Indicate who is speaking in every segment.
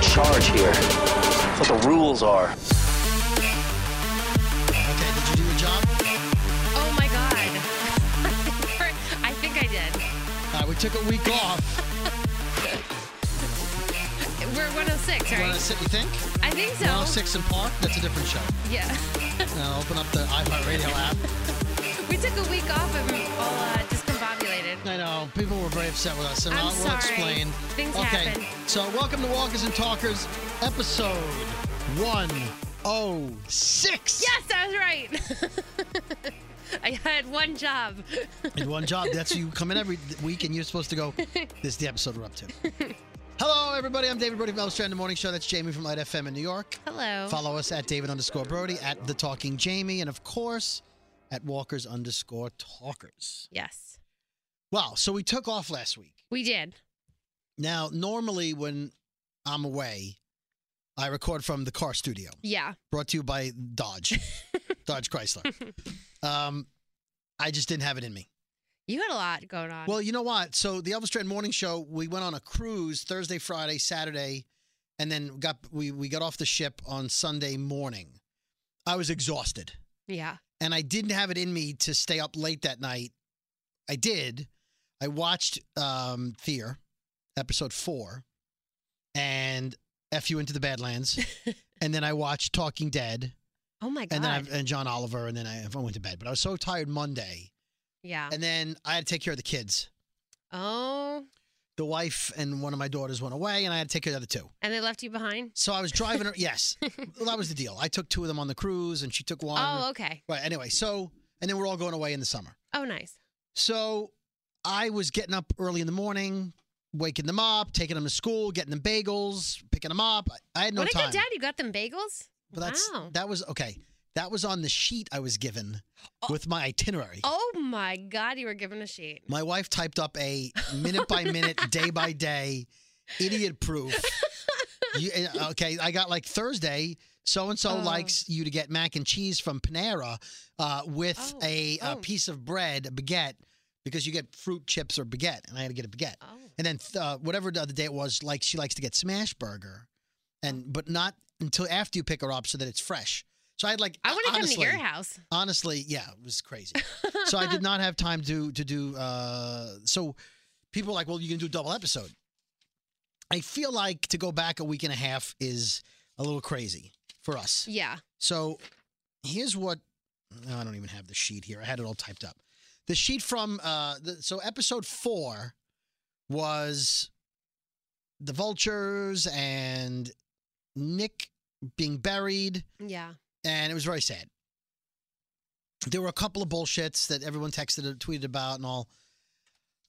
Speaker 1: charge here. That's what the rules are.
Speaker 2: Okay, did you do your job?
Speaker 3: Oh my God. I think I did.
Speaker 2: All right, we took a week off.
Speaker 3: We're 106,
Speaker 2: You
Speaker 3: right?
Speaker 2: want to sit, you think?
Speaker 3: I think so.
Speaker 2: 106 and Park? That's a different show.
Speaker 3: Yeah.
Speaker 2: Now open up the iHeartRadio app.
Speaker 3: we took a week off and we were all uh, discombobulated.
Speaker 2: I know people were very upset with us, and
Speaker 3: I'm
Speaker 2: I'll, we'll
Speaker 3: sorry.
Speaker 2: explain.
Speaker 3: Things
Speaker 2: okay,
Speaker 3: happen.
Speaker 2: so welcome to Walkers and Talkers, episode one oh six.
Speaker 3: Yes, I was right. I had one job.
Speaker 2: In one job, that's you come in every week, and you're supposed to go. This is the episode we're up to. Hello, everybody. I'm David Brody from Elstrand The Morning Show. That's Jamie from Light FM in New York.
Speaker 3: Hello.
Speaker 2: Follow us at David underscore Brody at the Talking Jamie, and of course at Walkers underscore Talkers.
Speaker 3: Yes,
Speaker 2: Wow. So we took off last week.
Speaker 3: we did.
Speaker 2: Now, normally when I'm away, I record from the car studio,
Speaker 3: Yeah.
Speaker 2: brought to you by Dodge, Dodge Chrysler. Um, I just didn't have it in me.
Speaker 3: You had a lot going on.
Speaker 2: Well, you know what? So the Elvis Strand Morning Show, we went on a cruise Thursday, Friday, Saturday, and then got we we got off the ship on Sunday morning. I was exhausted,
Speaker 3: yeah.
Speaker 2: and I didn't have it in me to stay up late that night. I did. I watched um, Fear, episode four, and F you into the Badlands, and then I watched Talking Dead,
Speaker 3: Oh my God.
Speaker 2: and then I, and John Oliver, and then I, I went to bed. But I was so tired Monday,
Speaker 3: yeah.
Speaker 2: and then I had to take care of the kids.
Speaker 3: oh,
Speaker 2: the wife and one of my daughters went away, and I had to take care of the other two.
Speaker 3: and they left you behind?
Speaker 2: So I was driving her. yes, well, that was the deal. I took two of them on the cruise, and she took one.
Speaker 3: Oh, okay.
Speaker 2: Right. Anyway, so and then we're all going away in the summer.
Speaker 3: Oh, nice.
Speaker 2: So I was getting up early in the morning, waking them up, taking them to school, getting them bagels, picking them up. I, I had no
Speaker 3: what a
Speaker 2: time.
Speaker 3: good dad. You got them bagels?
Speaker 2: But that's
Speaker 3: wow.
Speaker 2: that was okay. That was on the sheet I was given with my itinerary.
Speaker 3: oh my God. You were given a sheet.
Speaker 2: My wife typed up a minute by minute, day by day, idiot proof. You, uh, okay, I got like Thursday. So and so
Speaker 3: Oh.
Speaker 2: likes you to get mac and cheese from Panera uh, with
Speaker 3: Oh,
Speaker 2: a, a
Speaker 3: oh.
Speaker 2: piece of bread, a baguette, because you get fruit chips or baguette, and I had to get a baguette.
Speaker 3: Oh.
Speaker 2: And then th- uh, whatever the other day it was, like she likes to get smash burger,
Speaker 3: Oh.
Speaker 2: and but not until after you pick her up so that it's fresh. So I had like
Speaker 3: I want to come to
Speaker 2: honestly-
Speaker 3: your house.
Speaker 2: honestly, yeah, it was crazy. so I did not have time to to do. Uh, so people are like, well, you can do a double episode. I feel like to go back a week and a half is a little crazy for us.
Speaker 3: Yeah.
Speaker 2: So here's what no, I don't even have the sheet here. I had it all typed up. The sheet from uh, the, so episode four was the vultures and Nick being buried
Speaker 3: Yeah.
Speaker 2: and it was very sad. There were a couple of bullshits that everyone texted and tweeted about and all.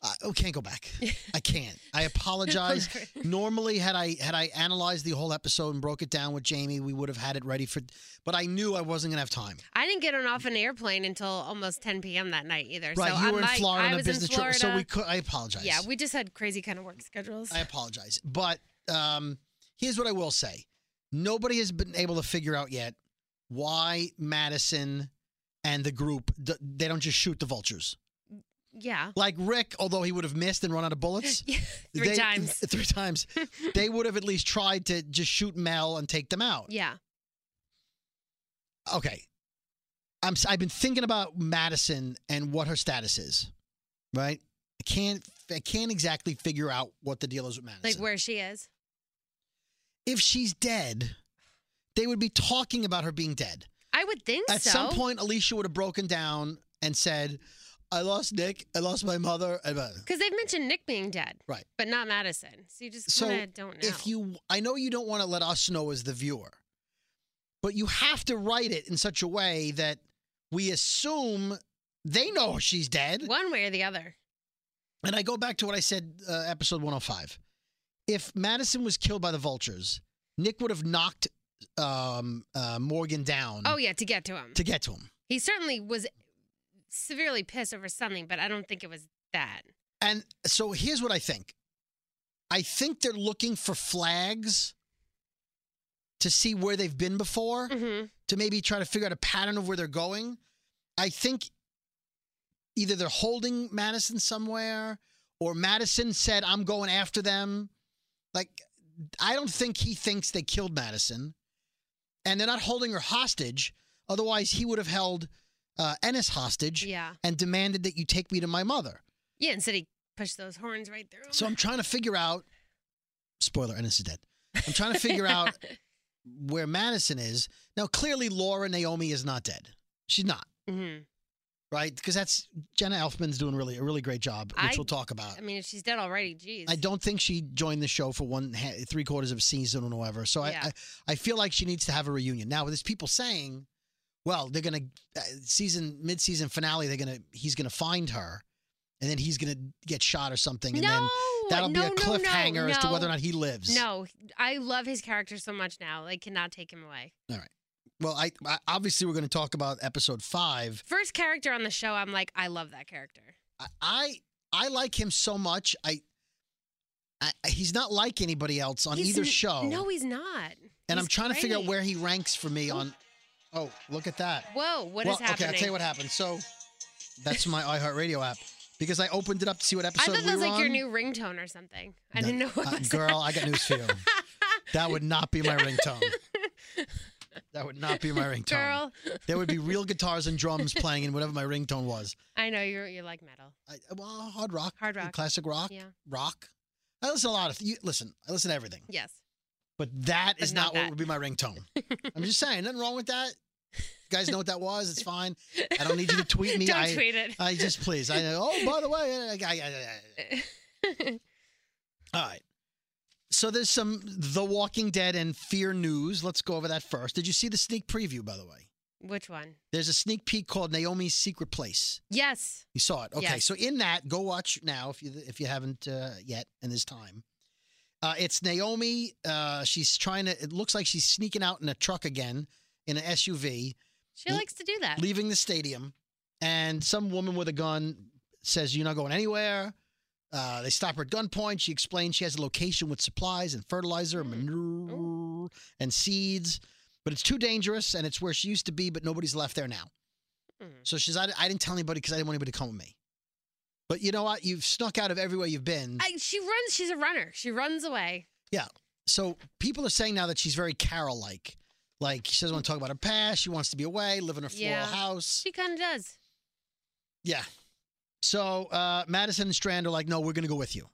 Speaker 2: I oh, can't go back. I can't. I apologize. Normally, had I had I analyzed the whole episode and broke it down with Jamie, we would have had it ready for. But I knew I wasn't gonna have time.
Speaker 3: I didn't get on off an airplane until almost 10 p.m. that night either.
Speaker 2: Right,
Speaker 3: so
Speaker 2: you
Speaker 3: I
Speaker 2: were in
Speaker 3: might-
Speaker 2: Florida
Speaker 3: I
Speaker 2: on a
Speaker 3: was
Speaker 2: business
Speaker 3: in
Speaker 2: trip,
Speaker 3: Florida.
Speaker 2: so we could. I apologize.
Speaker 3: yeah, we just had crazy kind of work schedules.
Speaker 2: I apologize. But um, here's what I will say: nobody has been able to figure out yet why Madison and the group d- they don't just shoot the vultures.
Speaker 3: yeah.
Speaker 2: Like Rick, although he would have missed and run out of bullets.
Speaker 3: Three
Speaker 2: they-
Speaker 3: times.
Speaker 2: Three times. they would have at least tried to just shoot Mel and take them out.
Speaker 3: Yeah.
Speaker 2: Okay. I'm, s- I've been thinking about Madison and what her status is, right? I can't I can't exactly figure out what the deal is with Madison.
Speaker 3: Like where she is.
Speaker 2: if she's dead, they would be talking about her being dead.
Speaker 3: I would think
Speaker 2: At
Speaker 3: so.
Speaker 2: some point, Alicia would have broken down and said, "I lost Nick. I lost my mother." and, uh,
Speaker 3: Because they've mentioned Nick being dead.
Speaker 2: Right.
Speaker 3: But not Madison. So you just
Speaker 2: So,
Speaker 3: kind of don't know.
Speaker 2: if you i know you don't want to let us know as the viewer but you have to write it in such a way that we assume they know she's dead
Speaker 3: One way or the other.
Speaker 2: and i go back to what i said uh, episode 105 if madison was killed by the vultures nick would have knocked um, uh, morgan down
Speaker 3: Oh, yeah, to get to him.
Speaker 2: to get to him
Speaker 3: he certainly was severely pissed over something, but I don't think it was that.
Speaker 2: and so here's what i think i think they're looking for flags to see where they've been before
Speaker 3: hmm
Speaker 2: to maybe try to figure out a pattern of where they're going. I think either they're holding Madison somewhere or Madison said, I'm going after them. Like I don't think he thinks they killed Madison, and they're not holding her hostage. Otherwise, he would have held uh, Ennis hostage
Speaker 3: Yeah.
Speaker 2: and demanded that you take me to my mother.
Speaker 3: Yeah, and said he pushed those horns right through.
Speaker 2: So I'm trying to figure out. Spoiler: Ennis is dead. I'm trying to figure out where Madison is now. Clearly, Laura Naomi is not dead. She's not
Speaker 3: hmm
Speaker 2: right because that's Jenna Elfman's doing really a really great job, which
Speaker 3: I-
Speaker 2: we'll talk about.
Speaker 3: I mean, if she's dead already, geez.
Speaker 2: I don't think she joined the show for one ha- three quarters of a season or whatever. So
Speaker 3: Yeah.
Speaker 2: I, I I feel like she needs to have a reunion. Now there's people saying, well, they're gonna uh, season mid season finale. They're gonna he's gonna find her, and then he's gonna get shot or something,
Speaker 3: No,
Speaker 2: and then that'll
Speaker 3: no,
Speaker 2: be a
Speaker 3: no,
Speaker 2: cliffhanger
Speaker 3: no,
Speaker 2: as to
Speaker 3: no.
Speaker 2: whether or not he lives.
Speaker 3: No, I love his character so much now. I cannot take him away.
Speaker 2: Well, I, I obviously we're gonna talk about episode five.
Speaker 3: First character on the show, I'm like, I love that character.
Speaker 2: I- I I like him so much. I. I, he's not like anybody else on
Speaker 3: He's
Speaker 2: either
Speaker 3: n-
Speaker 2: show,
Speaker 3: No, he's not.
Speaker 2: and I'm
Speaker 3: he's
Speaker 2: trying to figure out
Speaker 3: great.
Speaker 2: where he ranks for me on. Oh, look at that!
Speaker 3: Whoa, what is
Speaker 2: well,
Speaker 3: happening?
Speaker 2: Okay, I'll tell you what happened. So that's my iHeartRadio app because I opened it up to see what
Speaker 3: I
Speaker 2: episode
Speaker 3: thought
Speaker 2: we
Speaker 3: that was
Speaker 2: were
Speaker 3: like your
Speaker 2: on.
Speaker 3: new ringtone or something. I
Speaker 2: No,
Speaker 3: didn't know what
Speaker 2: uh,
Speaker 3: was
Speaker 2: girl, I got news for you. That would not be my ringtone. That would not be my ringtone.
Speaker 3: Girl,
Speaker 2: There would be real guitars and drums playing in whatever my ringtone was.
Speaker 3: I know you're you like metal.
Speaker 2: I, well, hard rock,
Speaker 3: Hard rock.
Speaker 2: classic rock,
Speaker 3: Yeah.
Speaker 2: rock. I listen to a lot of you, listen. I listen to everything,
Speaker 3: Yes.
Speaker 2: but that is
Speaker 3: But not
Speaker 2: not
Speaker 3: that.
Speaker 2: what would be my ringtone. I'm just saying, nothing wrong with that. You guys know what that was. It's fine. I don't need you to tweet me.
Speaker 3: Don't
Speaker 2: I, uh,
Speaker 3: tweet it.
Speaker 2: I just please. I oh, by the way, I, I, I, I, All right. So there's some The Walking Dead and Fear News. Let's go over that first. Did you see the sneak preview, by the way?
Speaker 3: Which one?
Speaker 2: There's a sneak peek called Naomi's Secret Place.
Speaker 3: Yes.
Speaker 2: You saw it, okay?
Speaker 3: Yes.
Speaker 2: So in that, go watch now if you if you haven't uh, yet, and there's time. Uh, it's Naomi. Uh, she's trying to. It looks like she's sneaking out in a truck again, in an SUV,
Speaker 3: She
Speaker 2: Le-
Speaker 3: likes to do that.
Speaker 2: leaving the stadium, and some woman with a gun says, "You're not going anywhere." Uh, they stop her at gunpoint. She explains she has a location with supplies and fertilizer, and
Speaker 3: Hmm.
Speaker 2: manure, and seeds, but it's too dangerous, and it's where she used to be, but nobody's left there now.
Speaker 3: Hmm.
Speaker 2: So she's, I, I didn't tell anybody because I didn't want anybody to come with me. But you know what? You've snuck out of everywhere you've been.
Speaker 3: I, she runs. She's a runner. She runs away.
Speaker 2: so people are saying now that she's very Carol like. Like she doesn't want to talk about her past. She wants to be away, live in her floral
Speaker 3: Yeah.
Speaker 2: house.
Speaker 3: She kind of does.
Speaker 2: Yeah. So uh, Madison and Strand are like, no, we're going to go with you.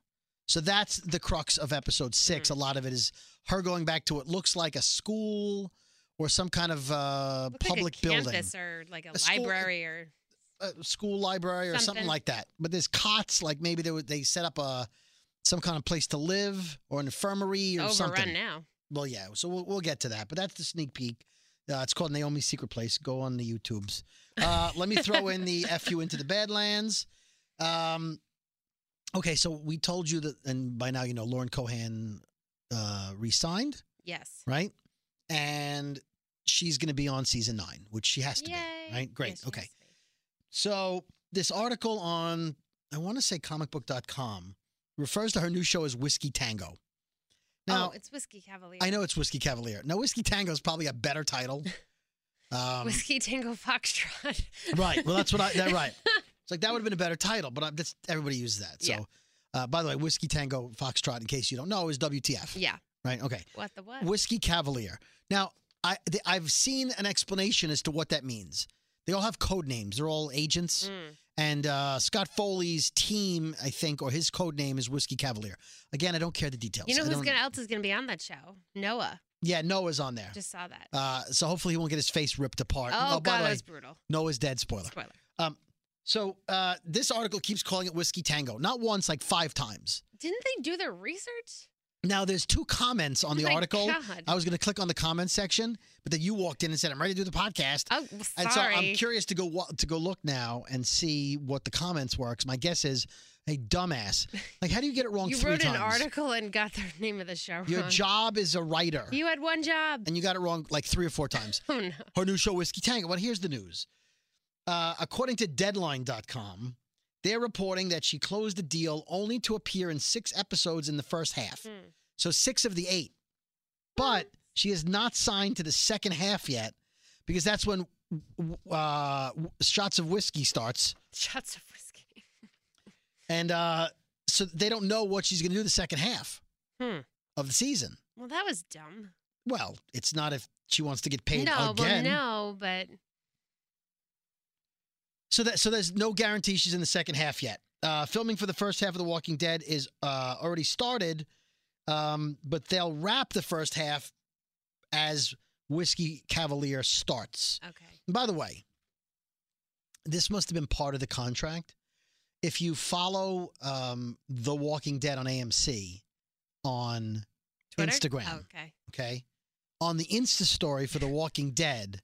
Speaker 2: So that's the crux of episode 6
Speaker 3: Mm-hmm.
Speaker 2: A lot of it is her going back to what looks like a school or some kind of uh,
Speaker 3: Looks like a
Speaker 2: public building,
Speaker 3: campus or like a,
Speaker 2: A school-
Speaker 3: library or
Speaker 2: a uh, school library or something
Speaker 3: Something.
Speaker 2: like that. But there's cots, like maybe they, would- they set up a some kind of place to live or an infirmary or
Speaker 3: overrun
Speaker 2: something.
Speaker 3: now.
Speaker 2: Well, yeah. So we'll, we'll get to that. But that's the sneak peek. Uh, it's called Naomi's Secret Place. Go on the YouTubes. Uh, let me throw in the FU into the Badlands. Um, okay, so we told you that, and by now you know Lauren Cohan uh, resigned,
Speaker 3: Yes.
Speaker 2: right? And she's going to be on season nine, which she has to
Speaker 3: Yay.
Speaker 2: be, right? Great.
Speaker 3: Yes, she
Speaker 2: okay.
Speaker 3: has to be.
Speaker 2: So this article on I want to say comicbook.com refers to her new show as Whiskey Tango. Now,
Speaker 3: oh, it's whiskey cavalier.
Speaker 2: I know it's Whiskey Cavalier. Now, Whiskey Tango is probably a better title. Um,
Speaker 3: whiskey tango foxtrot.
Speaker 2: right. Well, that's what I. That right. It's like that would have been a better title, but I, that's everybody uses that. So,
Speaker 3: Yeah.
Speaker 2: uh, by the way, Whiskey Tango Foxtrot, in case you don't know, is WTF.
Speaker 3: yeah.
Speaker 2: Right. Okay.
Speaker 3: What the what?
Speaker 2: Whiskey Cavalier. Now, I th- I've seen an explanation as to what that means. They all have code names. They're all agents.
Speaker 3: Mm.
Speaker 2: And uh, Scott Foley's team, I think, or his code name is Whiskey Cavalier. Again, I don't care the details.
Speaker 3: You know
Speaker 2: I
Speaker 3: who's
Speaker 2: don't-
Speaker 3: gonna else is gonna be on that show? Noah.
Speaker 2: Yeah, Noah's on there.
Speaker 3: Just saw that.
Speaker 2: Uh, so hopefully he won't get his face ripped apart.
Speaker 3: oh
Speaker 2: by
Speaker 3: god,
Speaker 2: the
Speaker 3: that
Speaker 2: way,
Speaker 3: was brutal.
Speaker 2: Noah's dead. Spoiler.
Speaker 3: Spoiler.
Speaker 2: So uh, this article keeps calling it whiskey tango, not once, like five times.
Speaker 3: Didn't they do their research?
Speaker 2: Now there's two comments on
Speaker 3: Oh
Speaker 2: the
Speaker 3: my
Speaker 2: article.
Speaker 3: God.
Speaker 2: I was going to click on the comment section, but then you walked in and said, "I'm ready to do the podcast."
Speaker 3: Oh,
Speaker 2: and
Speaker 3: sorry.
Speaker 2: so I'm curious to go wa- to go look now and see what the comments were. 'cause my guess is, hey, dumbass, like how do you get it wrong
Speaker 3: you
Speaker 2: three
Speaker 3: wrote
Speaker 2: times?
Speaker 3: an article and got the name of the show
Speaker 2: Your
Speaker 3: wrong.
Speaker 2: job is a writer,
Speaker 3: you had one job.
Speaker 2: and you got it wrong like three or four times.
Speaker 3: Oh no.
Speaker 2: her new show whiskey tango well here's the news uh, according to deadline.com they're reporting that she closed the deal only to appear in six episodes in the first half
Speaker 3: Hmm.
Speaker 2: so six of the eight but she is not signed to the second half yet because that's when w- uh, w- shots of whiskey starts
Speaker 3: Shots of whiskey.
Speaker 2: and uh, so they don't know what she's going to do the second half
Speaker 3: Hmm.
Speaker 2: of the season.
Speaker 3: Well, that was dumb.
Speaker 2: Well, it's not if she wants to get paid
Speaker 3: no,
Speaker 2: again.
Speaker 3: well, no, but
Speaker 2: So that so there's no guarantee she's in the second half yet. Uh, filming for the first half of The Walking Dead is uh, already started, um, but they'll wrap the first half as Whiskey Cavalier starts.
Speaker 3: okay.
Speaker 2: And by the way, this must have been part of the contract. If you follow um, The Walking Dead on AMC on
Speaker 3: Twitter?
Speaker 2: Instagram,
Speaker 3: Oh, okay.
Speaker 2: okay, on the Insta story for The Walking Dead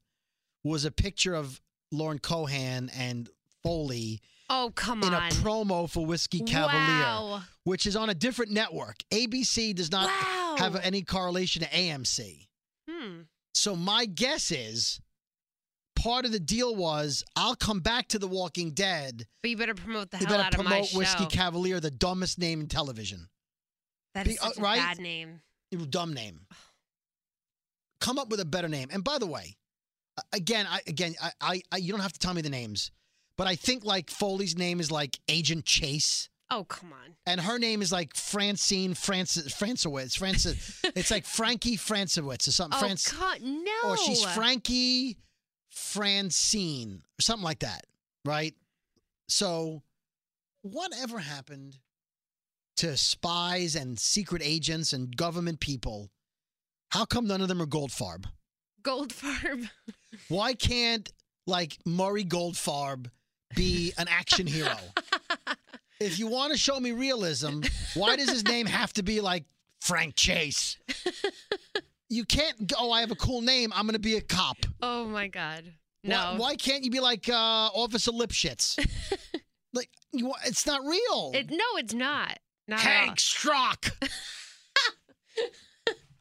Speaker 2: was a picture of Lauren Cohan and Foley
Speaker 3: Oh, come
Speaker 2: in a
Speaker 3: on.
Speaker 2: promo for Whiskey Cavalier,
Speaker 3: Wow.
Speaker 2: which is on a different network. ABC does not
Speaker 3: wow.
Speaker 2: Uh, have any correlation to AMC.
Speaker 3: hmm.
Speaker 2: So my guess is part of the deal was I'll come back to The Walking Dead.
Speaker 3: But you better promote the
Speaker 2: You
Speaker 3: hell
Speaker 2: better
Speaker 3: out of my
Speaker 2: promote
Speaker 3: show.
Speaker 2: Whiskey Cavalier, the dumbest name in television.
Speaker 3: that is
Speaker 2: Be- uh,
Speaker 3: such a
Speaker 2: right?
Speaker 3: bad name.
Speaker 2: dumb name. Come up with a better name. And by the way, a- again, I again, I, I, I you don't have to tell me the names, but I think like Foley's name is like Agent Chase,
Speaker 3: Oh, come on.
Speaker 2: and her name is like Francine Francis Francowitz. Francis, it's like Frankie Francowitz or something.
Speaker 3: Oh,
Speaker 2: Um, France,
Speaker 3: God, no.
Speaker 2: or she's Frankie Francine or something like that, right? So, whatever happened to spies and secret agents and government people? How come none of them are Goldfarb?
Speaker 3: Goldfarb.
Speaker 2: Why can't like Murray Goldfarb be an action hero? if you want to show me realism, why does his name have to be like Frank Chase? You can't go, oh, I have a cool name. I'm going to be a cop.
Speaker 3: Oh, my God.
Speaker 2: Why,
Speaker 3: No.
Speaker 2: why can't you be like uh, Officer Lipschitz? like, you, wa- it's not real.
Speaker 3: It, no, it's not. Not at all.
Speaker 2: Hank Strock.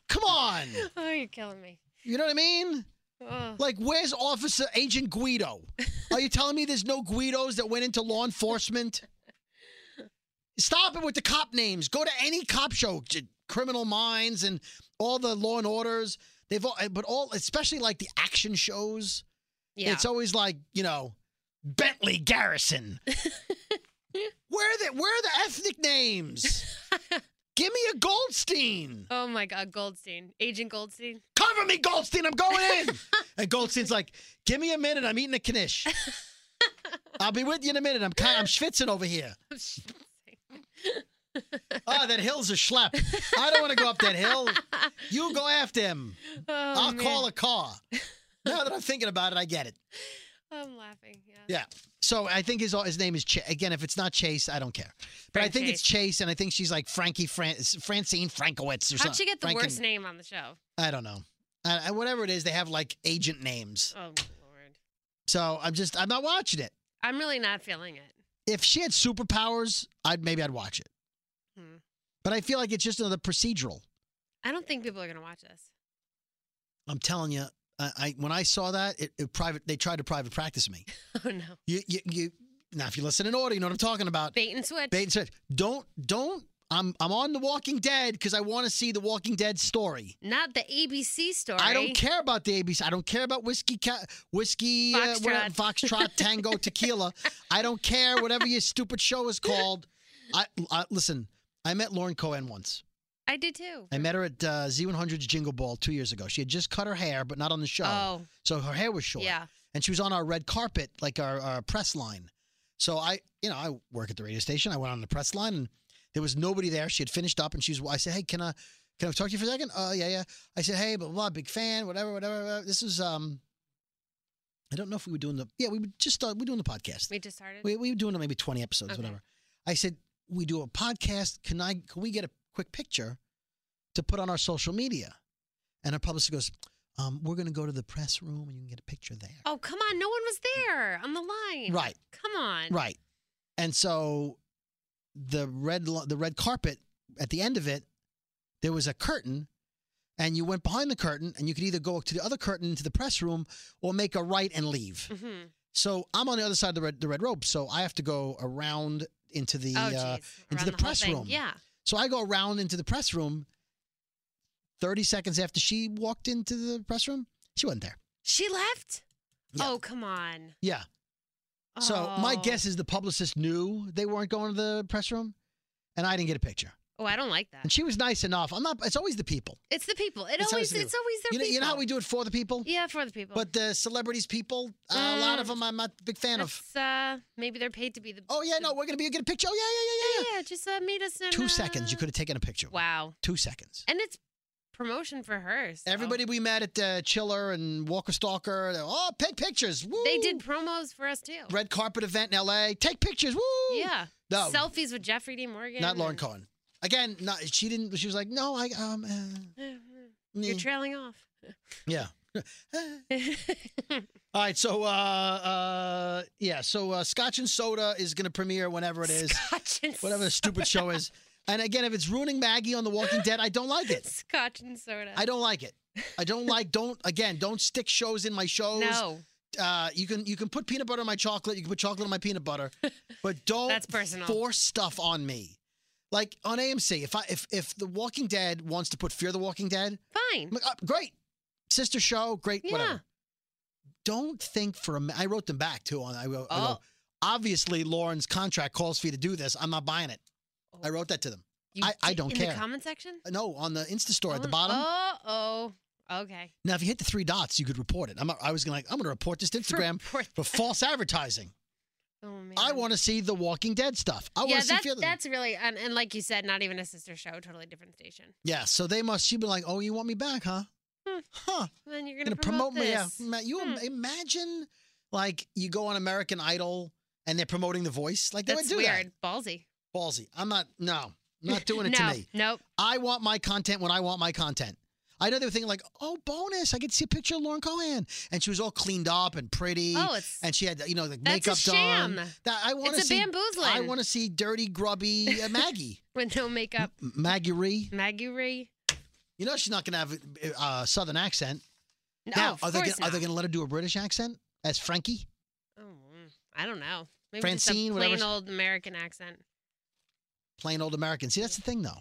Speaker 2: Come on.
Speaker 3: Oh, you're killing me.
Speaker 2: You know what I mean?
Speaker 3: Oh.
Speaker 2: Like, where's Officer Agent Guido? Are you telling me there's no Guidos that went into law enforcement? Stop it with the cop names. Go to any cop show, j- Criminal Minds and all the Law and Orders. They've all, but all, especially like the action shows.
Speaker 3: Yeah.
Speaker 2: It's always like, you know, Bentley Garrison. where are the where are the ethnic names? Give me a Goldstein.
Speaker 3: oh my God, Goldstein, Agent Goldstein.
Speaker 2: Cover me, Goldstein. I'm going in. and Goldstein's like, give me a minute. I'm eating a knish. I'll be with you in a minute. I'm kind, I'm schwitzing over here. Oh, that hill's a schlep. I don't want to go up that hill. You go after him.
Speaker 3: Oh,
Speaker 2: I'll call a car. Now that I'm thinking about it, I get it.
Speaker 3: I'm laughing. Yeah.
Speaker 2: Yeah. So I think his his name is Ch- again. If it's not Chase, I don't care. But I
Speaker 3: Frank
Speaker 2: think it's Chase, and I think she's like Frankie Fran- Francine Frankowitz or something.
Speaker 3: How'd she get the
Speaker 2: Franken-
Speaker 3: worst name on the show?
Speaker 2: I don't know. I, I- whatever it is, they have like agent names.
Speaker 3: Oh Lord,
Speaker 2: So I'm just I'm not watching it.
Speaker 3: I'm really not feeling it.
Speaker 2: If she had superpowers, I'd maybe I'd watch it.
Speaker 3: Hmm.
Speaker 2: But I feel like it's just another procedural.
Speaker 3: I don't think people are gonna watch this.
Speaker 2: I'm telling you, I, I when I saw that, it, it private they tried to private practice me.
Speaker 3: Oh no,
Speaker 2: You you, you now if you listen in order, you know what I'm talking about.
Speaker 3: bait and switch.
Speaker 2: Bait and switch. Don't don't. I'm I'm on The Walking Dead because I want to see The Walking Dead story.
Speaker 3: not the ABC story.
Speaker 2: I don't care about the ABC. I don't care about whiskey, ca- whiskey, uh, whatever, foxtrot, tango, tequila. I don't care whatever your stupid show is called. I, I listen. I met Lauren Cohen once.
Speaker 3: I did too.
Speaker 2: I met her at uh, Z100's Jingle Ball two years ago. She had just cut her hair, but not on the show,
Speaker 3: Oh
Speaker 2: so her hair was short.
Speaker 3: yeah.
Speaker 2: and she was on our red carpet, like our, our press line. So I, you know, I work at the radio station. I went on the press line, and there was nobody there. She had finished up, and she was. I said, "Hey, can I, can I talk to you for a second? Oh yeah, yeah. I said, "Hey, blah blah, blah big fan, whatever, whatever." whatever. This is um, I don't know if we were doing the yeah, we were just uh, we were doing the podcast.
Speaker 3: We just started.
Speaker 2: We, we were doing maybe twenty episodes,
Speaker 3: Okay.
Speaker 2: whatever. I said, "We do a podcast. Can I? Can we get a quick picture to put on our social media?" And our publicist goes, um, "We're going to go to the press room, and you can get a picture there."
Speaker 3: oh come on, no one was there on the line.
Speaker 2: Right.
Speaker 3: Come on.
Speaker 2: Right. And so the red lo- the red carpet at the end of it, there was a curtain, and you went behind the curtain, and you could either go to the other curtain into the press room or make a right and leave.
Speaker 3: hmm
Speaker 2: So I'm on the other side of the red the red rope, so I have to go around into the.
Speaker 3: oh geez.
Speaker 2: uh, the
Speaker 3: Around whole
Speaker 2: press
Speaker 3: thing.
Speaker 2: room.
Speaker 3: Yeah.
Speaker 2: so I go around into the press room. Thirty seconds after she walked into the press room, she wasn't there.
Speaker 3: She left.
Speaker 2: Yeah.
Speaker 3: Oh come on.
Speaker 2: Yeah. So my
Speaker 3: Oh.
Speaker 2: guess is the publicist knew they weren't going to the press room, and I didn't get a picture.
Speaker 3: Oh, I don't like that.
Speaker 2: And she was nice enough. I'm not. It's always the people.
Speaker 3: It's the people. It
Speaker 2: It's always
Speaker 3: always
Speaker 2: the
Speaker 3: it's always their
Speaker 2: You know,
Speaker 3: people.
Speaker 2: you know how we do it for the people,
Speaker 3: Yeah, for the people. Mm.
Speaker 2: but the celebrities, people, uh, a lot of them, I'm not a big fan of.
Speaker 3: That's, uh, maybe they're paid to be the.
Speaker 2: Oh yeah, no, we're gonna be get a picture. Oh yeah, yeah, yeah, yeah.
Speaker 3: yeah, just uh, meet us in
Speaker 2: Two
Speaker 3: uh,
Speaker 2: seconds, you could have taken a picture.
Speaker 3: Wow,
Speaker 2: Two seconds.
Speaker 3: and it's promotion for her. so-
Speaker 2: Everybody we met at uh, Chiller and Walker Stalker, they're, oh, take pictures. Woo.
Speaker 3: They did promos for us too.
Speaker 2: red carpet event in L.A. Take pictures. Woo.
Speaker 3: Yeah.
Speaker 2: No.
Speaker 3: Selfies with Jeffrey D. Morgan.
Speaker 2: Not Lauren
Speaker 3: and-
Speaker 2: Cohen. Again, not, she didn't. She was like, no, I um. Uh,
Speaker 3: You're
Speaker 2: meh."
Speaker 3: trailing off.
Speaker 2: yeah. All right, so uh, uh, yeah, so uh, Scotch and Soda is going to premiere whenever it is,
Speaker 3: Scotch and
Speaker 2: whatever the stupid show is. And again, if it's ruining Maggie on The Walking Dead, I don't like it.
Speaker 3: Scotch and soda.
Speaker 2: I don't like it. I don't like. Don't again. Don't stick shows in my shows.
Speaker 3: No,
Speaker 2: Uh, you can you can put peanut butter on my chocolate. You can put chocolate on my peanut butter, but don't
Speaker 3: That's personal.
Speaker 2: force stuff on me. Like on AMC, if I if if The Walking Dead wants to put Fear the Walking Dead,
Speaker 3: fine.
Speaker 2: I'm like, "Oh, great sister show, great
Speaker 3: Yeah.
Speaker 2: whatever. Don't think for a minute. I wrote them back too. On I, go- I go,
Speaker 3: Oh.
Speaker 2: obviously Lauren's contract calls for you to do this. I'm not buying it. I
Speaker 3: Oh.
Speaker 2: wrote that to them.
Speaker 3: You
Speaker 2: I- I
Speaker 3: did-
Speaker 2: don't
Speaker 3: in
Speaker 2: care.
Speaker 3: the comment section?
Speaker 2: No, on the Insta store at the
Speaker 3: Oh,
Speaker 2: bottom.
Speaker 3: Oh, oh, okay.
Speaker 2: Now, if you hit the three dots, you could report it. I'm, I was gonna like, I'm gonna report this to Instagram
Speaker 3: Report
Speaker 2: for false advertising.
Speaker 3: Oh, man.
Speaker 2: I want to see the Walking Dead stuff. I
Speaker 3: yeah,
Speaker 2: want to see
Speaker 3: that's,
Speaker 2: Fear the-
Speaker 3: that's really, and, and like you said, not even a sister show, totally different station.
Speaker 2: Yeah, so they must. She'd be like, "Oh, you want me back, huh?
Speaker 3: Hmm.
Speaker 2: Huh?
Speaker 3: Then you're
Speaker 2: Gonna
Speaker 3: going to promote,
Speaker 2: me? Yeah. Mm,
Speaker 3: this.
Speaker 2: Ma- You
Speaker 3: Hmm.
Speaker 2: im- imagine, like, you go on American Idol and they're promoting The Voice. Like, they
Speaker 3: That's
Speaker 2: would do
Speaker 3: weird. Ballsy.
Speaker 2: that. Ballsy. I'm not. No, not doing it
Speaker 3: no,
Speaker 2: to me.
Speaker 3: Nope.
Speaker 2: I want my content when I want my content. I know they were thinking like, "Oh, bonus! I get to see a picture of Lauren Cohen, and she was all cleaned up and pretty,
Speaker 3: Oh, it's
Speaker 2: and she had you know like
Speaker 3: that's
Speaker 2: makeup
Speaker 3: a sham.
Speaker 2: done." That I want to
Speaker 3: It's a
Speaker 2: see.
Speaker 3: bamboozling
Speaker 2: I want to see dirty, grubby uh, Maggie.
Speaker 3: with no makeup.
Speaker 2: M- Maggie Ree.
Speaker 3: Maggie Ray.
Speaker 2: You know she's not gonna have a uh, southern accent.
Speaker 3: No,
Speaker 2: now,
Speaker 3: of
Speaker 2: are they gonna,
Speaker 3: course
Speaker 2: are they
Speaker 3: not.
Speaker 2: gonna let her do a British accent as Frankie?
Speaker 3: Oh, mm, I don't know. Maybe
Speaker 2: Francine,
Speaker 3: just a
Speaker 2: whatever
Speaker 3: plain
Speaker 2: she-
Speaker 3: old American accent.
Speaker 2: Plain old American. See, that's the thing though.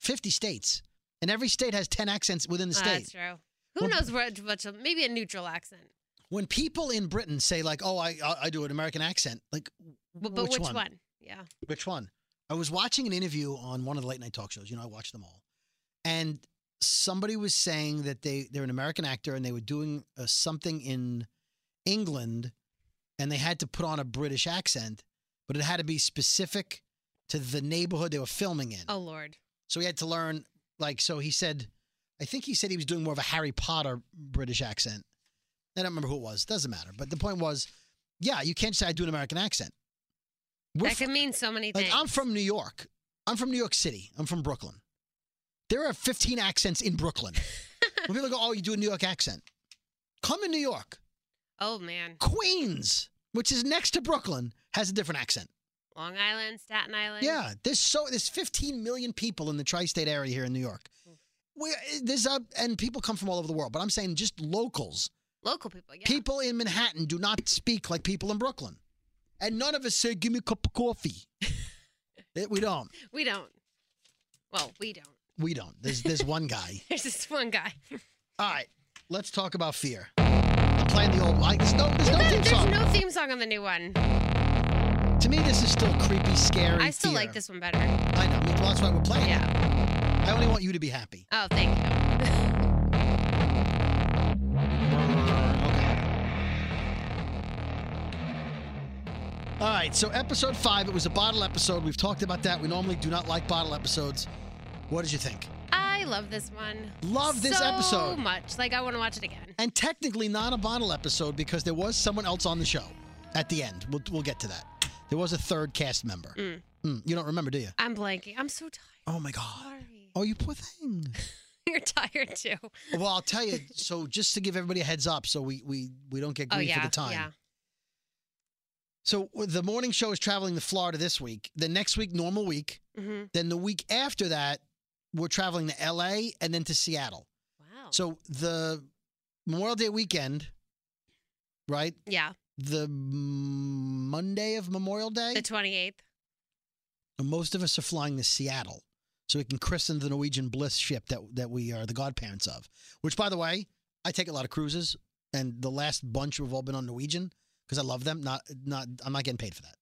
Speaker 2: Fifty states, and every state has ten accents within the
Speaker 3: Ah,
Speaker 2: state.
Speaker 3: that's true. Who
Speaker 2: Well,
Speaker 3: knows what, what she'll- maybe a neutral accent.
Speaker 2: When people in Britain say like, "Oh, I I, I do an American accent," like,
Speaker 3: But, but
Speaker 2: which,
Speaker 3: which,
Speaker 2: one?
Speaker 3: one? Yeah.
Speaker 2: Which one? I was watching an interview on one of the late night talk shows. You know, I watch them all, and somebody was saying that they they're an American actor and they were doing uh, something in England, and they had to put on a British accent, but it had to be specific to the neighborhood they were filming in.
Speaker 3: Oh Lord.
Speaker 2: So he had to learn like so he said I think he said he was doing more of a Harry Potter British accent. I don't remember who it was. Doesn't matter. But the point was, yeah, you can't say I do an American accent. We're
Speaker 3: that
Speaker 2: fr-
Speaker 3: could mean so many
Speaker 2: like
Speaker 3: things.
Speaker 2: I'm from New York. I'm from New York City. I'm from Brooklyn. There are 15 accents in Brooklyn. when people go, "Oh, you do a New York accent." Come to New York.
Speaker 3: oh man.
Speaker 2: Queens, which is next to Brooklyn, has a different accent.
Speaker 3: Long Island, Staten Island.
Speaker 2: Yeah, there's so there's 15 million people in the tri-state area here in New York. We, there's a and people come from all over the world, but I'm saying just locals.
Speaker 3: Local people. Yeah.
Speaker 2: People in Manhattan do not speak like people in Brooklyn, and none of us say "Give me a cup of coffee." It- we don't.
Speaker 3: We don't. Well, we don't.
Speaker 2: We don't. There's there's one guy.
Speaker 3: There's this one guy.
Speaker 2: All right, let's talk about fear. I'm playing the old. I, there's no, there's no
Speaker 3: There's
Speaker 2: theme song.
Speaker 3: no theme song on the new one.
Speaker 2: to me, this is still creepy, scary.
Speaker 3: I still like
Speaker 2: fear.
Speaker 3: this one better.
Speaker 2: I know. Well, that's why we're playing. it.
Speaker 3: Yeah.
Speaker 2: I only want you to be happy.
Speaker 3: Oh, thank you.
Speaker 2: All right, so episode five, it was a bottle episode. We've talked about that. We normally do not like bottle episodes. What did you think?
Speaker 3: I love this one.
Speaker 2: Love this
Speaker 3: so
Speaker 2: episode.
Speaker 3: much. Like I want to watch it again.
Speaker 2: And technically, not a bottle episode because there was someone else on the show at the end. We'll, we'll get to that. There was a third cast member.
Speaker 3: Mm.
Speaker 2: Mm, you don't remember, do you?
Speaker 3: I'm blanking. I'm so tired.
Speaker 2: Oh my God.
Speaker 3: Sorry.
Speaker 2: Oh, you poor thing.
Speaker 3: You're tired too. Oh,
Speaker 2: well, I'll tell you. So, just to give everybody a heads up, so we we we don't get
Speaker 3: Oh
Speaker 2: grief
Speaker 3: yeah.
Speaker 2: at the time.
Speaker 3: Yeah.
Speaker 2: So, the morning show is traveling to Florida this week. The next week, normal week.
Speaker 3: Mm-hmm.
Speaker 2: Then the week after that, we're traveling to LA and then to Seattle.
Speaker 3: Wow.
Speaker 2: So the Memorial Day weekend, right?
Speaker 3: yeah,
Speaker 2: The mm, Monday of Memorial Day,
Speaker 3: the 28th.
Speaker 2: most of us are flying to Seattle so we can christen the Norwegian Bliss ship that that we are the godparents of. Which, by the way, I take a lot of cruises, and the last bunch we've all been on Norwegian because I love them. Not not I'm not getting paid for that.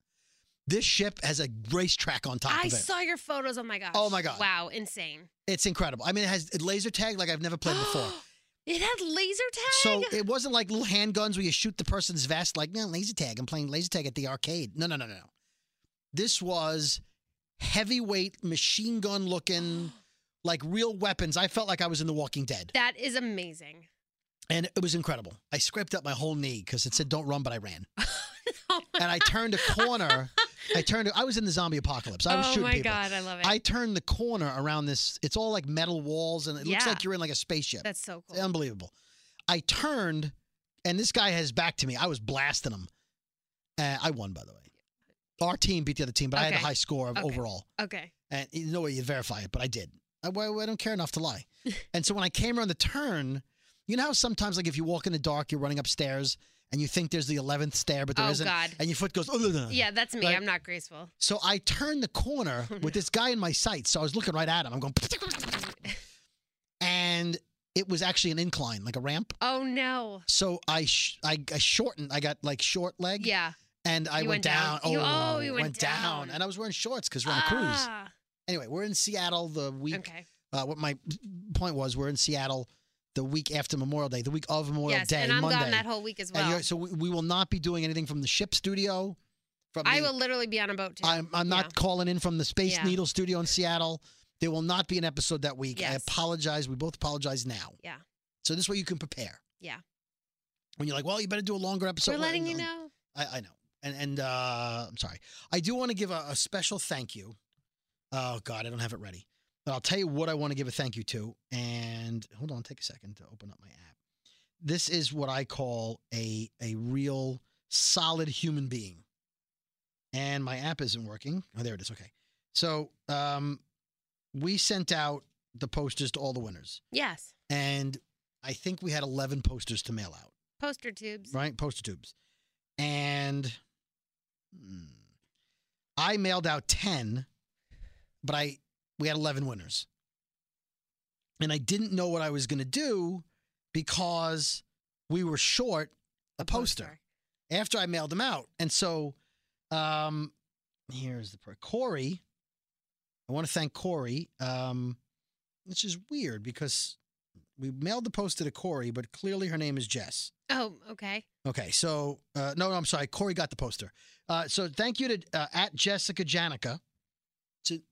Speaker 2: This ship has a racetrack on top
Speaker 3: I
Speaker 2: of it.
Speaker 3: saw your photos. Oh my gosh.
Speaker 2: Oh, my God.
Speaker 3: Wow, insane.
Speaker 2: it's incredible. I mean, it has laser tag like I've never played before.
Speaker 3: it had laser tag.
Speaker 2: So it wasn't like little handguns where you shoot the person's vest, like, no, laser tag. I'm playing laser tag at the arcade. No, no, no, no. no. This was heavyweight, machine gun looking, like real weapons. I felt like I was in The Walking Dead.
Speaker 3: that is amazing.
Speaker 2: And it was incredible. I scraped up my whole knee because it said, don't run, but I ran.
Speaker 3: Oh my,
Speaker 2: And I turned a corner. I turned, I was in the zombie apocalypse. I was
Speaker 3: oh
Speaker 2: shooting
Speaker 3: my
Speaker 2: people.
Speaker 3: god, I love it.
Speaker 2: I turned the corner around this. It's all like metal walls, and it looks
Speaker 3: Yeah.
Speaker 2: like you're in like a spaceship.
Speaker 3: That's so
Speaker 2: It's
Speaker 3: cool.
Speaker 2: unbelievable. I turned, and this guy has back to me. I was blasting him. Uh, I won, by the way. Our team beat the other team, but I had a
Speaker 3: Okay.
Speaker 2: high score of
Speaker 3: Okay.
Speaker 2: overall.
Speaker 3: okay.
Speaker 2: And you know what? You verify it, but I did. I, well, I don't care enough to lie. and so when I came around the turn, you know how sometimes, like if you walk in the dark, you're running upstairs and you think there's the 11th stair, but there
Speaker 3: Oh,
Speaker 2: not
Speaker 3: God.
Speaker 2: And your foot goes, oh, no, no.
Speaker 3: Yeah, that's me.
Speaker 2: Like-
Speaker 3: I'm not graceful.
Speaker 2: So I turned the corner
Speaker 3: Oh, no.
Speaker 2: with this guy in my sight. So I was looking right at him. I'm going, and it was actually an incline, like a ramp.
Speaker 3: Oh no.
Speaker 2: So I, sh- I I shortened. I got like short leg.
Speaker 3: Yeah.
Speaker 2: And I
Speaker 3: You
Speaker 2: went,
Speaker 3: went
Speaker 2: down.
Speaker 3: down. You- oh,
Speaker 2: I
Speaker 3: you went down.
Speaker 2: And I was wearing shorts because we're on a cruise.
Speaker 3: Ah,
Speaker 2: Anyway, we're in Seattle the week.
Speaker 3: Okay.
Speaker 2: Uh, what my point was, we're in Seattle the week after Memorial Day, the week of Memorial
Speaker 3: yes,
Speaker 2: Day,
Speaker 3: and I'm
Speaker 2: Monday.
Speaker 3: gone that whole week as
Speaker 2: And
Speaker 3: well.
Speaker 2: you're- so we, we will not be doing anything from the ship studio. From
Speaker 3: I
Speaker 2: the-
Speaker 3: will literally be on a boat too.
Speaker 2: I'm, I'm not
Speaker 3: Yeah.
Speaker 2: calling in from the Space
Speaker 3: Yeah.
Speaker 2: Needle studio in Seattle. There will not be an episode that week. I
Speaker 3: Yes.
Speaker 2: apologize. We both apologize now.
Speaker 3: Yeah.
Speaker 2: So this way you can prepare.
Speaker 3: Yeah.
Speaker 2: When you're like, well, you better do a longer episode.
Speaker 3: We're
Speaker 2: Well,
Speaker 3: letting you
Speaker 2: no,
Speaker 3: know.
Speaker 2: I, I know. And and uh, I'm sorry. I do want to give a, a special thank you. Oh God, I don't have it ready. But I'll tell you what I want to give a thank you to. And hold on, take a second to open up my app. This is what I call a a real solid human being. And my app isn't working. Oh, there it is. Okay. So um, we sent out the posters to all the winners,
Speaker 3: Yes.
Speaker 2: and I think we had 11 posters to mail out
Speaker 3: Poster tubes.
Speaker 2: right? Poster tubes. And hmm, I mailed out 10, but I we had 11 winners. And I didn't know what I was going to do because we were short a, poster, after I mailed them out. And so um here's the per- Corey. I want to thank Corey. Um which is weird because we mailed the poster to Corey, but clearly her name is Jess.
Speaker 3: Oh, okay.
Speaker 2: Okay, so uh, no, no, I'm sorry. Corey got the poster. Uh, so thank you to uh, at Jessica Janica. It's a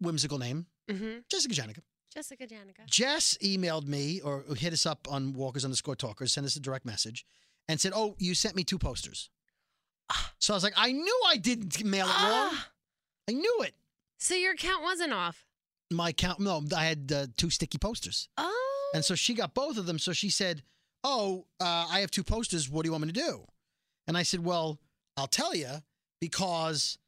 Speaker 2: whimsical name,
Speaker 3: Mm-hmm.
Speaker 2: Jessica Janica.
Speaker 3: Jessica Janica.
Speaker 2: Jess emailed me or hit us up on Walkers underscore Talkers, sent us a direct message, and said, "Oh, you sent me two posters." So I was like, "I knew I didn't mail it wrong.
Speaker 3: Ah,
Speaker 2: I knew it."
Speaker 3: so your count wasn't off.
Speaker 2: My count, no, I had uh, two sticky posters,
Speaker 3: Oh.
Speaker 2: and so she got both of them. So she said, "Oh, uh, I have two posters. What do you want me to do?" And I said, Well, I'll tell you because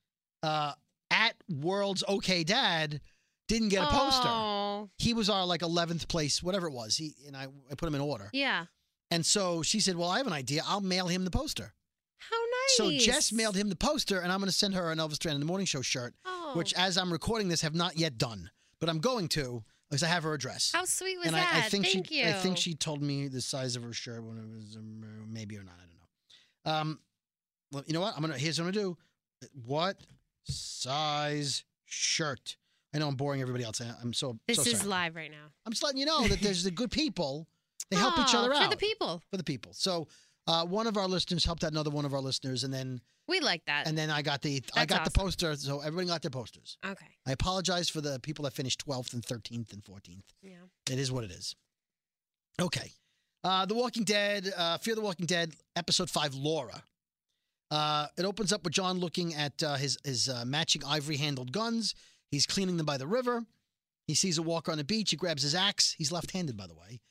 Speaker 2: uh, at World's OK Dad didn't get a poster.
Speaker 3: Oh,
Speaker 2: He was our like 11th place, whatever it was. He and I, I put him in order.
Speaker 3: yeah.
Speaker 2: And so she said, Well, I have an idea. I'll mail him the poster.
Speaker 3: How nice.
Speaker 2: So Jess mailed him the poster, and I'm going to send her an Elvis Duran in the Morning Show shirt,
Speaker 3: Oh,
Speaker 2: which as I'm recording this, have not yet done, but I'm going to because I have her address.
Speaker 3: how sweet was
Speaker 2: and
Speaker 3: that?
Speaker 2: I, I think
Speaker 3: Thank
Speaker 2: she,
Speaker 3: you.
Speaker 2: I think she told me the size of her shirt when it was um, maybe or not. I don't know. Um, well, you know what? I'm gonna. Here's what I'm gonna do. What size shirt? I know I'm boring everybody else. I- I'm so.
Speaker 3: This
Speaker 2: so
Speaker 3: is
Speaker 2: sorry.
Speaker 3: live right now.
Speaker 2: I'm just letting you know that there's the good people. They help each
Speaker 3: Aw,
Speaker 2: other out
Speaker 3: Ah, for the people.
Speaker 2: for the people. So. Uh, one of our listeners helped out another one of our listeners, and then
Speaker 3: We like that.
Speaker 2: and then I got the I
Speaker 3: Uh, That's
Speaker 2: got the
Speaker 3: awesome.
Speaker 2: poster, so everybody got their posters.
Speaker 3: okay.
Speaker 2: I apologize for the people that finished 12th and 13th and 14th.
Speaker 3: Yeah.
Speaker 2: It is what it is. Okay. Uh, the Walking Dead, uh, Fear the Walking Dead, episode five, Laura. Uh, it opens up with John looking at uh, his his uh, matching ivory handled guns. He's cleaning them by the river. He sees a walker on the beach. He grabs his axe. He's left handed, by the way.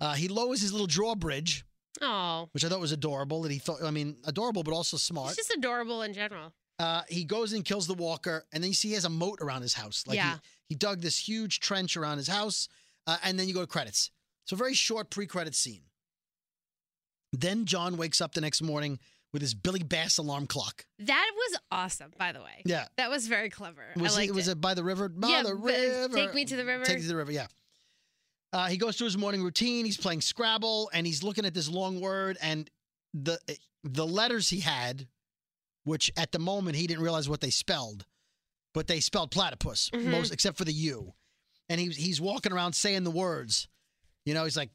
Speaker 2: Uh, he lowers his little drawbridge,
Speaker 3: Oh,
Speaker 2: which I thought was adorable. That he thought, I mean, adorable, but also
Speaker 3: it's
Speaker 2: smart.
Speaker 3: just adorable in general.
Speaker 2: Uh, he goes and kills the walker, and then you see he has a moat around his house. Like
Speaker 3: Yeah.
Speaker 2: he, he dug this huge trench around his house, uh, and then you go to credits. So very short pre-credit scene. Then John wakes up the next morning with his Billy Bass alarm clock.
Speaker 3: That was awesome, by the way.
Speaker 2: Yeah,
Speaker 3: That was very clever.
Speaker 2: was
Speaker 3: I
Speaker 2: he-
Speaker 3: liked
Speaker 2: was
Speaker 3: it.
Speaker 2: it by the river? By
Speaker 3: Yeah,
Speaker 2: the
Speaker 3: but
Speaker 2: river.
Speaker 3: Take me to the river.
Speaker 2: Take me to the river. Yeah. Uh, he goes through his morning routine. He's playing Scrabble, and he's looking at this long word, and the the letters he had which at the moment he didn't realize what they spelled, but they spelled platypus
Speaker 3: Mhm.
Speaker 2: most except for the U, and he's he's walking around saying the words, you know, he's like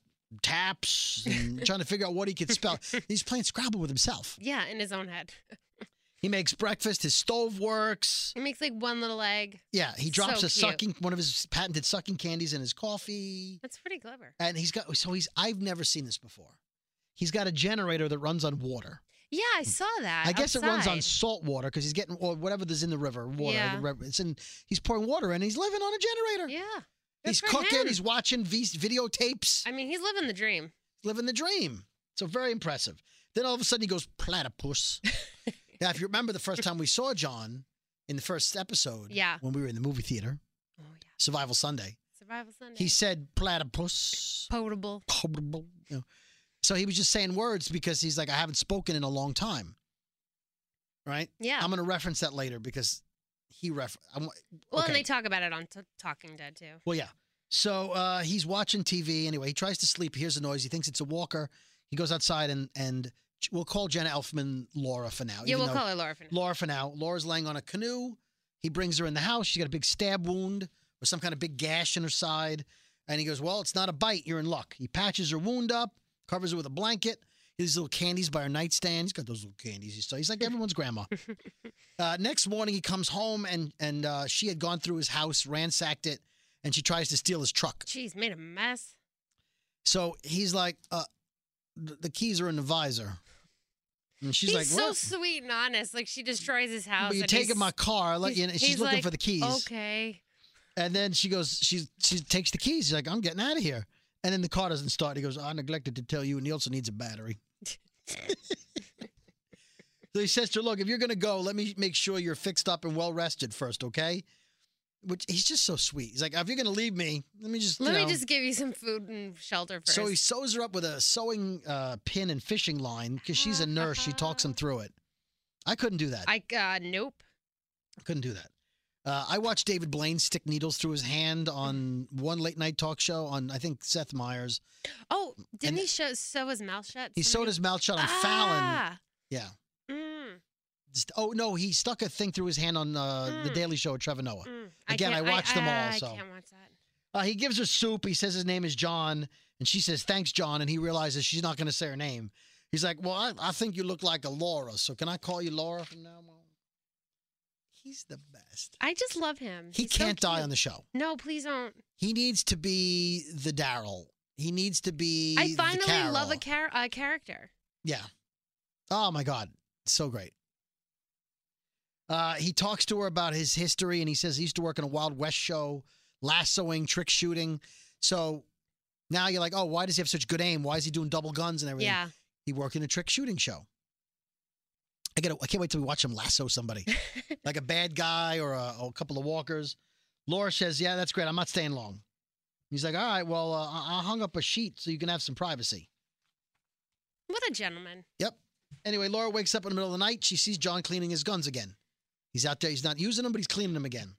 Speaker 2: taps and trying to figure out what he could spell. He's playing Scrabble with himself.
Speaker 3: Yeah, in his own head.
Speaker 2: He makes breakfast. His stove works.
Speaker 3: He makes like one little egg.
Speaker 2: Yeah, he drops
Speaker 3: So
Speaker 2: a
Speaker 3: cute.
Speaker 2: sucking one of his patented sucking candies in his coffee.
Speaker 3: That's pretty clever.
Speaker 2: and he's got so he's I've never seen this before. He's got a generator that runs on water.
Speaker 3: Yeah, I saw that.
Speaker 2: I guess it runs on
Speaker 3: outside.
Speaker 2: salt water because he's getting or whatever's in the river water.
Speaker 3: Yeah.
Speaker 2: the river- it's in, he's pouring water in. And he's living on a generator.
Speaker 3: Yeah. good
Speaker 2: he's
Speaker 3: for
Speaker 2: cooking.
Speaker 3: him.
Speaker 2: He's watching v- videotapes.
Speaker 3: I mean, he's living the dream.
Speaker 2: living the dream. So very impressive. Then all of a sudden he goes platypus. now, if you remember the first time we saw John in the first episode,
Speaker 3: Yeah.
Speaker 2: when we were in the movie theater,
Speaker 3: Oh yeah.
Speaker 2: Survival Sunday,
Speaker 3: Survival Sunday.
Speaker 2: he said platypus.
Speaker 3: potable.
Speaker 2: you know. So he was just saying words because he's like, I haven't spoken in a long time. Right?
Speaker 3: Yeah.
Speaker 2: I'm going to reference that later because he ref. I'm,
Speaker 3: well,
Speaker 2: okay. Oh,
Speaker 3: and they talk about it on t- Talking Dead too.
Speaker 2: well, yeah. So uh, he's watching TV anyway. He tries to sleep. He hears a noise. He thinks it's a walker. He goes outside and and we'll call Jenna Elfman Laura for now.
Speaker 3: yeah,
Speaker 2: even
Speaker 3: we'll
Speaker 2: though-
Speaker 3: call her Laura for now.
Speaker 2: Laura for now. Laura's laying on a canoe. He brings her in the house. She's got a big stab wound or some kind of big gash in her side. And he goes, Well, it's not a bite. You're in luck. He patches her wound up, covers her with a blanket. These little candies by her nightstand. He's got those little candies. He's, he's like everyone's grandma. uh, next morning, he comes home and and uh, she had gone through his house, ransacked it, and she tries to steal his truck.
Speaker 3: Jeez, made a mess.
Speaker 2: So he's like, uh, the, the keys are in the visor. And she's
Speaker 3: he's
Speaker 2: like,
Speaker 3: so
Speaker 2: "What?"
Speaker 3: sweet and honest. Like she destroys his house.
Speaker 2: Well, you're
Speaker 3: and
Speaker 2: taking
Speaker 3: he's-
Speaker 2: my car. I let
Speaker 3: he's-
Speaker 2: you in. And
Speaker 3: he's
Speaker 2: she's looking
Speaker 3: like,
Speaker 2: for the keys.
Speaker 3: Okay.
Speaker 2: And then she goes, she she takes the keys. She's like, I'm getting out of here. And then the car doesn't start. He goes, I neglected to tell you, Nielsen needs a battery. so he says to her, Look, if you're gonna go, let me make sure you're fixed up and well rested first, okay? Which he's just so sweet. He's like, if you're gonna leave me, let me just you
Speaker 3: Let me
Speaker 2: know."
Speaker 3: just give you some food and shelter first.
Speaker 2: So he sews her up with a sewing uh, pin and fishing line because she's a nurse. She talks
Speaker 3: Ah.
Speaker 2: him through it. I couldn't do that.
Speaker 3: I uh, nope.
Speaker 2: Couldn't do that. Uh, I watched David Blaine stick needles through his hand on one late night talk show on I think Seth Meyers.
Speaker 3: Oh, didn't
Speaker 2: And-
Speaker 3: he show, sew his mouth shut?
Speaker 2: He sewed his mouth shut on Fallon.
Speaker 3: Ah.
Speaker 2: Yeah.
Speaker 3: Mm,
Speaker 2: Just- Oh no, he stuck a thing through his hand on uh, the
Speaker 3: Mm.
Speaker 2: Daily Show with Trevor Noah.
Speaker 3: mm.
Speaker 2: Again, I
Speaker 3: can't-
Speaker 2: watched them all,
Speaker 3: I,
Speaker 2: so.
Speaker 3: I can't watch that.
Speaker 2: Uh, he gives her soup. He says his name is John, and she says thanks, John. And he realizes she's not going to say her name. He's like, well, I, I think you look like a Laura, so can I call you Laura from now on? He's the best.
Speaker 3: I just love him.
Speaker 2: He can't die on the show.
Speaker 3: No, please don't.
Speaker 2: He needs to be the Daryl. He needs to be.
Speaker 3: I
Speaker 2: the
Speaker 3: finally love a
Speaker 2: Carol.
Speaker 3: char- a character.
Speaker 2: Yeah. Oh my God. So great. Uh, he talks to her about his history and he says he used to work in a Wild West show, lassoing, trick shooting. So now you're like, oh, why does he have such good aim? Why is he doing double guns and everything?
Speaker 3: Yeah.
Speaker 2: He worked in a trick shooting show. I gotta, I can't wait till we watch him lasso somebody, like a bad guy or a, or a couple of walkers. Laura says, "Yeah, that's great. I'm not staying long." He's like, "All right, well, uh, I I hung up a sheet so you can have some privacy."
Speaker 3: What a gentleman.
Speaker 2: Yep. Anyway, Laura wakes up in the middle of the night. She sees John cleaning his guns again. He's out there. He's not using them, but he's cleaning them again.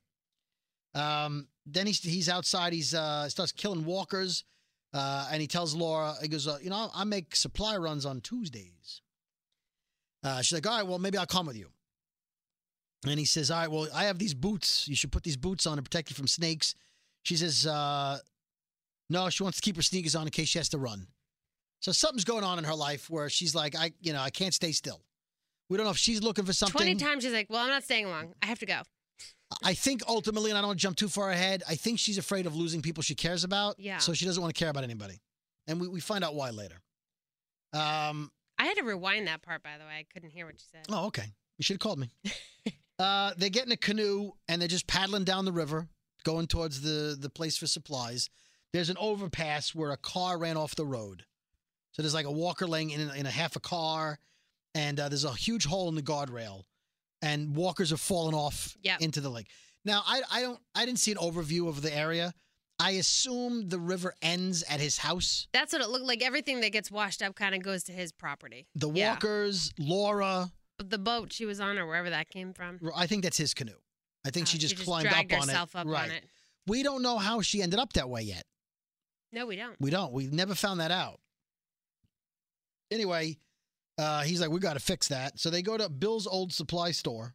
Speaker 2: Um, then he's he's outside. He's uh, starts killing walkers, uh, and he tells Laura, he goes, uh, you know, I make supply runs on Tuesdays. Uh, she's like, all right, well, maybe I'll come with you. And he says, all right, well, I have these boots. You should put these boots on to protect you from snakes. She says, uh, no, she wants to keep her sneakers on in case she has to run. So something's going on in her life where she's like, I, you know, I can't stay still. We don't know if she's looking for something.
Speaker 3: 20 times she's like, well, I'm not staying long. I have to go.
Speaker 2: I think ultimately, and I don't want to jump too far ahead, I think she's afraid of losing people she cares about.
Speaker 3: Yeah.
Speaker 2: So she doesn't want to care about anybody. And we, we find out why later. Um,
Speaker 3: I had to rewind that part, by the way. I couldn't hear what you said.
Speaker 2: oh, okay. You should have called me. uh, they get in a canoe and they're just paddling down the river, going towards the, the place for supplies. There's an overpass where a car ran off the road. So there's like a walker laying in, in a half a car, and uh, there's a huge hole in the guardrail, and walkers have fallen off
Speaker 3: Yep.
Speaker 2: into the lake. Now I I don't I didn't see an overview of the area. I assume the river ends at his house.
Speaker 3: That's what it looked like. Everything that gets washed up kind of goes to his property.
Speaker 2: The
Speaker 3: Yeah.
Speaker 2: walkers, Laura,
Speaker 3: But the boat she was on or wherever that came from.
Speaker 2: I think that's his canoe. I think
Speaker 3: uh,
Speaker 2: she just climbed
Speaker 3: dragged
Speaker 2: up on it.
Speaker 3: herself up
Speaker 2: right.
Speaker 3: on it.
Speaker 2: We don't know how she ended up that way yet.
Speaker 3: No, we don't.
Speaker 2: We don't. We never found that out. Anyway, Uh, he's like, we got to fix that. So they go to Bill's old supply store,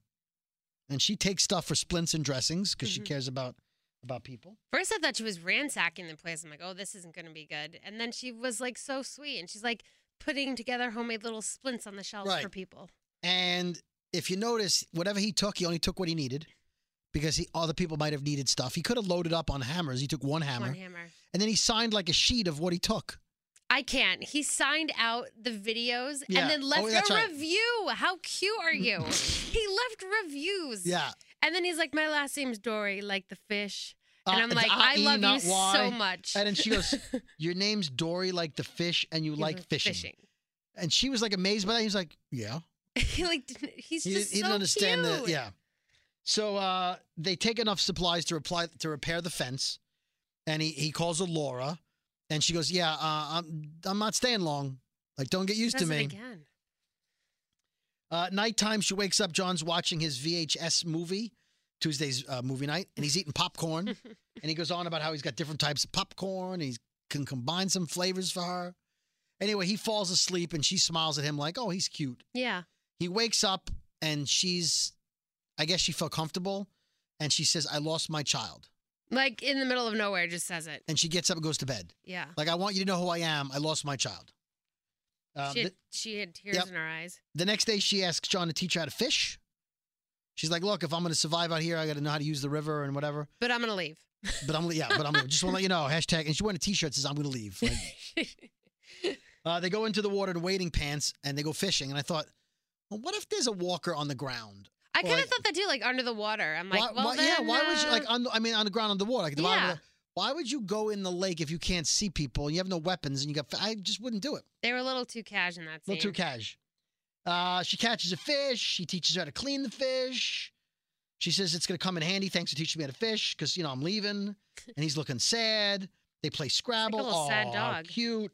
Speaker 2: and she takes stuff for splints and dressings because she
Speaker 3: Mhm.
Speaker 2: cares about about people.
Speaker 3: First, I thought she was ransacking the place. I'm like, oh, this isn't going to be good. And then she was like so sweet, and she's like putting together homemade little splints on the shelves
Speaker 2: Right.
Speaker 3: for people.
Speaker 2: And if you notice, whatever he took, he only took what he needed because he, other people might have needed stuff. He could have loaded up on hammers. He took one hammer,
Speaker 3: One hammer.
Speaker 2: and then he signed like a sheet of what he took.
Speaker 3: I can't. He signed out the videos
Speaker 2: Yeah.
Speaker 3: and then left
Speaker 2: Oh, that's
Speaker 3: a
Speaker 2: right.
Speaker 3: review. How cute are you? he left reviews.
Speaker 2: Yeah.
Speaker 3: And then he's like, my last name's Dory, like the fish. And
Speaker 2: Uh,
Speaker 3: I'm
Speaker 2: it's
Speaker 3: like, I
Speaker 2: IE,
Speaker 3: love you
Speaker 2: not Y.
Speaker 3: so much.
Speaker 2: And then she goes, Your name's Dory, like the fish, and you
Speaker 3: He's
Speaker 2: like fishing. And she was like amazed by that. He was like, Yeah.
Speaker 3: he like didn't, he's
Speaker 2: He,
Speaker 3: just
Speaker 2: he didn't
Speaker 3: so
Speaker 2: understand
Speaker 3: cute.
Speaker 2: that. Yeah. So uh, they take enough supplies to reply to repair the fence, and he, he calls a Laura, and she goes, "Yeah, uh, I'm I'm not staying long. Like, don't get used
Speaker 3: Does
Speaker 2: to
Speaker 3: it
Speaker 2: me."
Speaker 3: again.
Speaker 2: Uh, nighttime, she wakes up. John's watching his VHS movie, Tuesday's uh, movie night, and he's eating popcorn. and he goes on about how he's got different types of popcorn and he can combine some flavors for her. Anyway, he falls asleep and she smiles at him like, oh, he's cute.
Speaker 3: Yeah.
Speaker 2: He wakes up and she's, I guess she felt comfortable. And she says, I lost my child.
Speaker 3: Like in the middle of nowhere, just says it.
Speaker 2: And she gets up and goes to bed.
Speaker 3: Yeah.
Speaker 2: Like, I want you to know who I am. I lost my child. Uh,
Speaker 3: she, had,
Speaker 2: th-
Speaker 3: she had tears
Speaker 2: yep.
Speaker 3: in her eyes.
Speaker 2: the next day, she asks John to teach her how to fish. She's like, look, if I'm going to survive out here, I got to know how to use the river and whatever.
Speaker 3: But I'm gonna leave.
Speaker 2: But I'm, yeah, but I'm just want to let you know, hashtag. And she wore a t-shirt that says, I'm going to leave. Like, Uh, they go into the water in wading pants and they go fishing. And I thought, well, what if there's a walker on the ground?
Speaker 3: I kind of
Speaker 2: Like-
Speaker 3: thought that too, like under the water. I'm like,
Speaker 2: why,
Speaker 3: well,
Speaker 2: why-
Speaker 3: then,
Speaker 2: yeah, why would you
Speaker 3: uh,
Speaker 2: like? On, the- I mean, on the ground on the water, like the bottom of
Speaker 3: Yeah.
Speaker 2: the- why would you go in the lake if you can't see people and you have no weapons and you got? I just wouldn't do it.
Speaker 3: They were a little too cash in that
Speaker 2: A
Speaker 3: scene.
Speaker 2: little too cash. Uh, she catches a fish. She teaches her how to clean the fish. She says it's going to come in handy. Thanks for teaching me how to fish because you know I'm leaving. And he's looking sad. They play Scrabble.
Speaker 3: little sad
Speaker 2: Aw, how
Speaker 3: dog.
Speaker 2: Cute.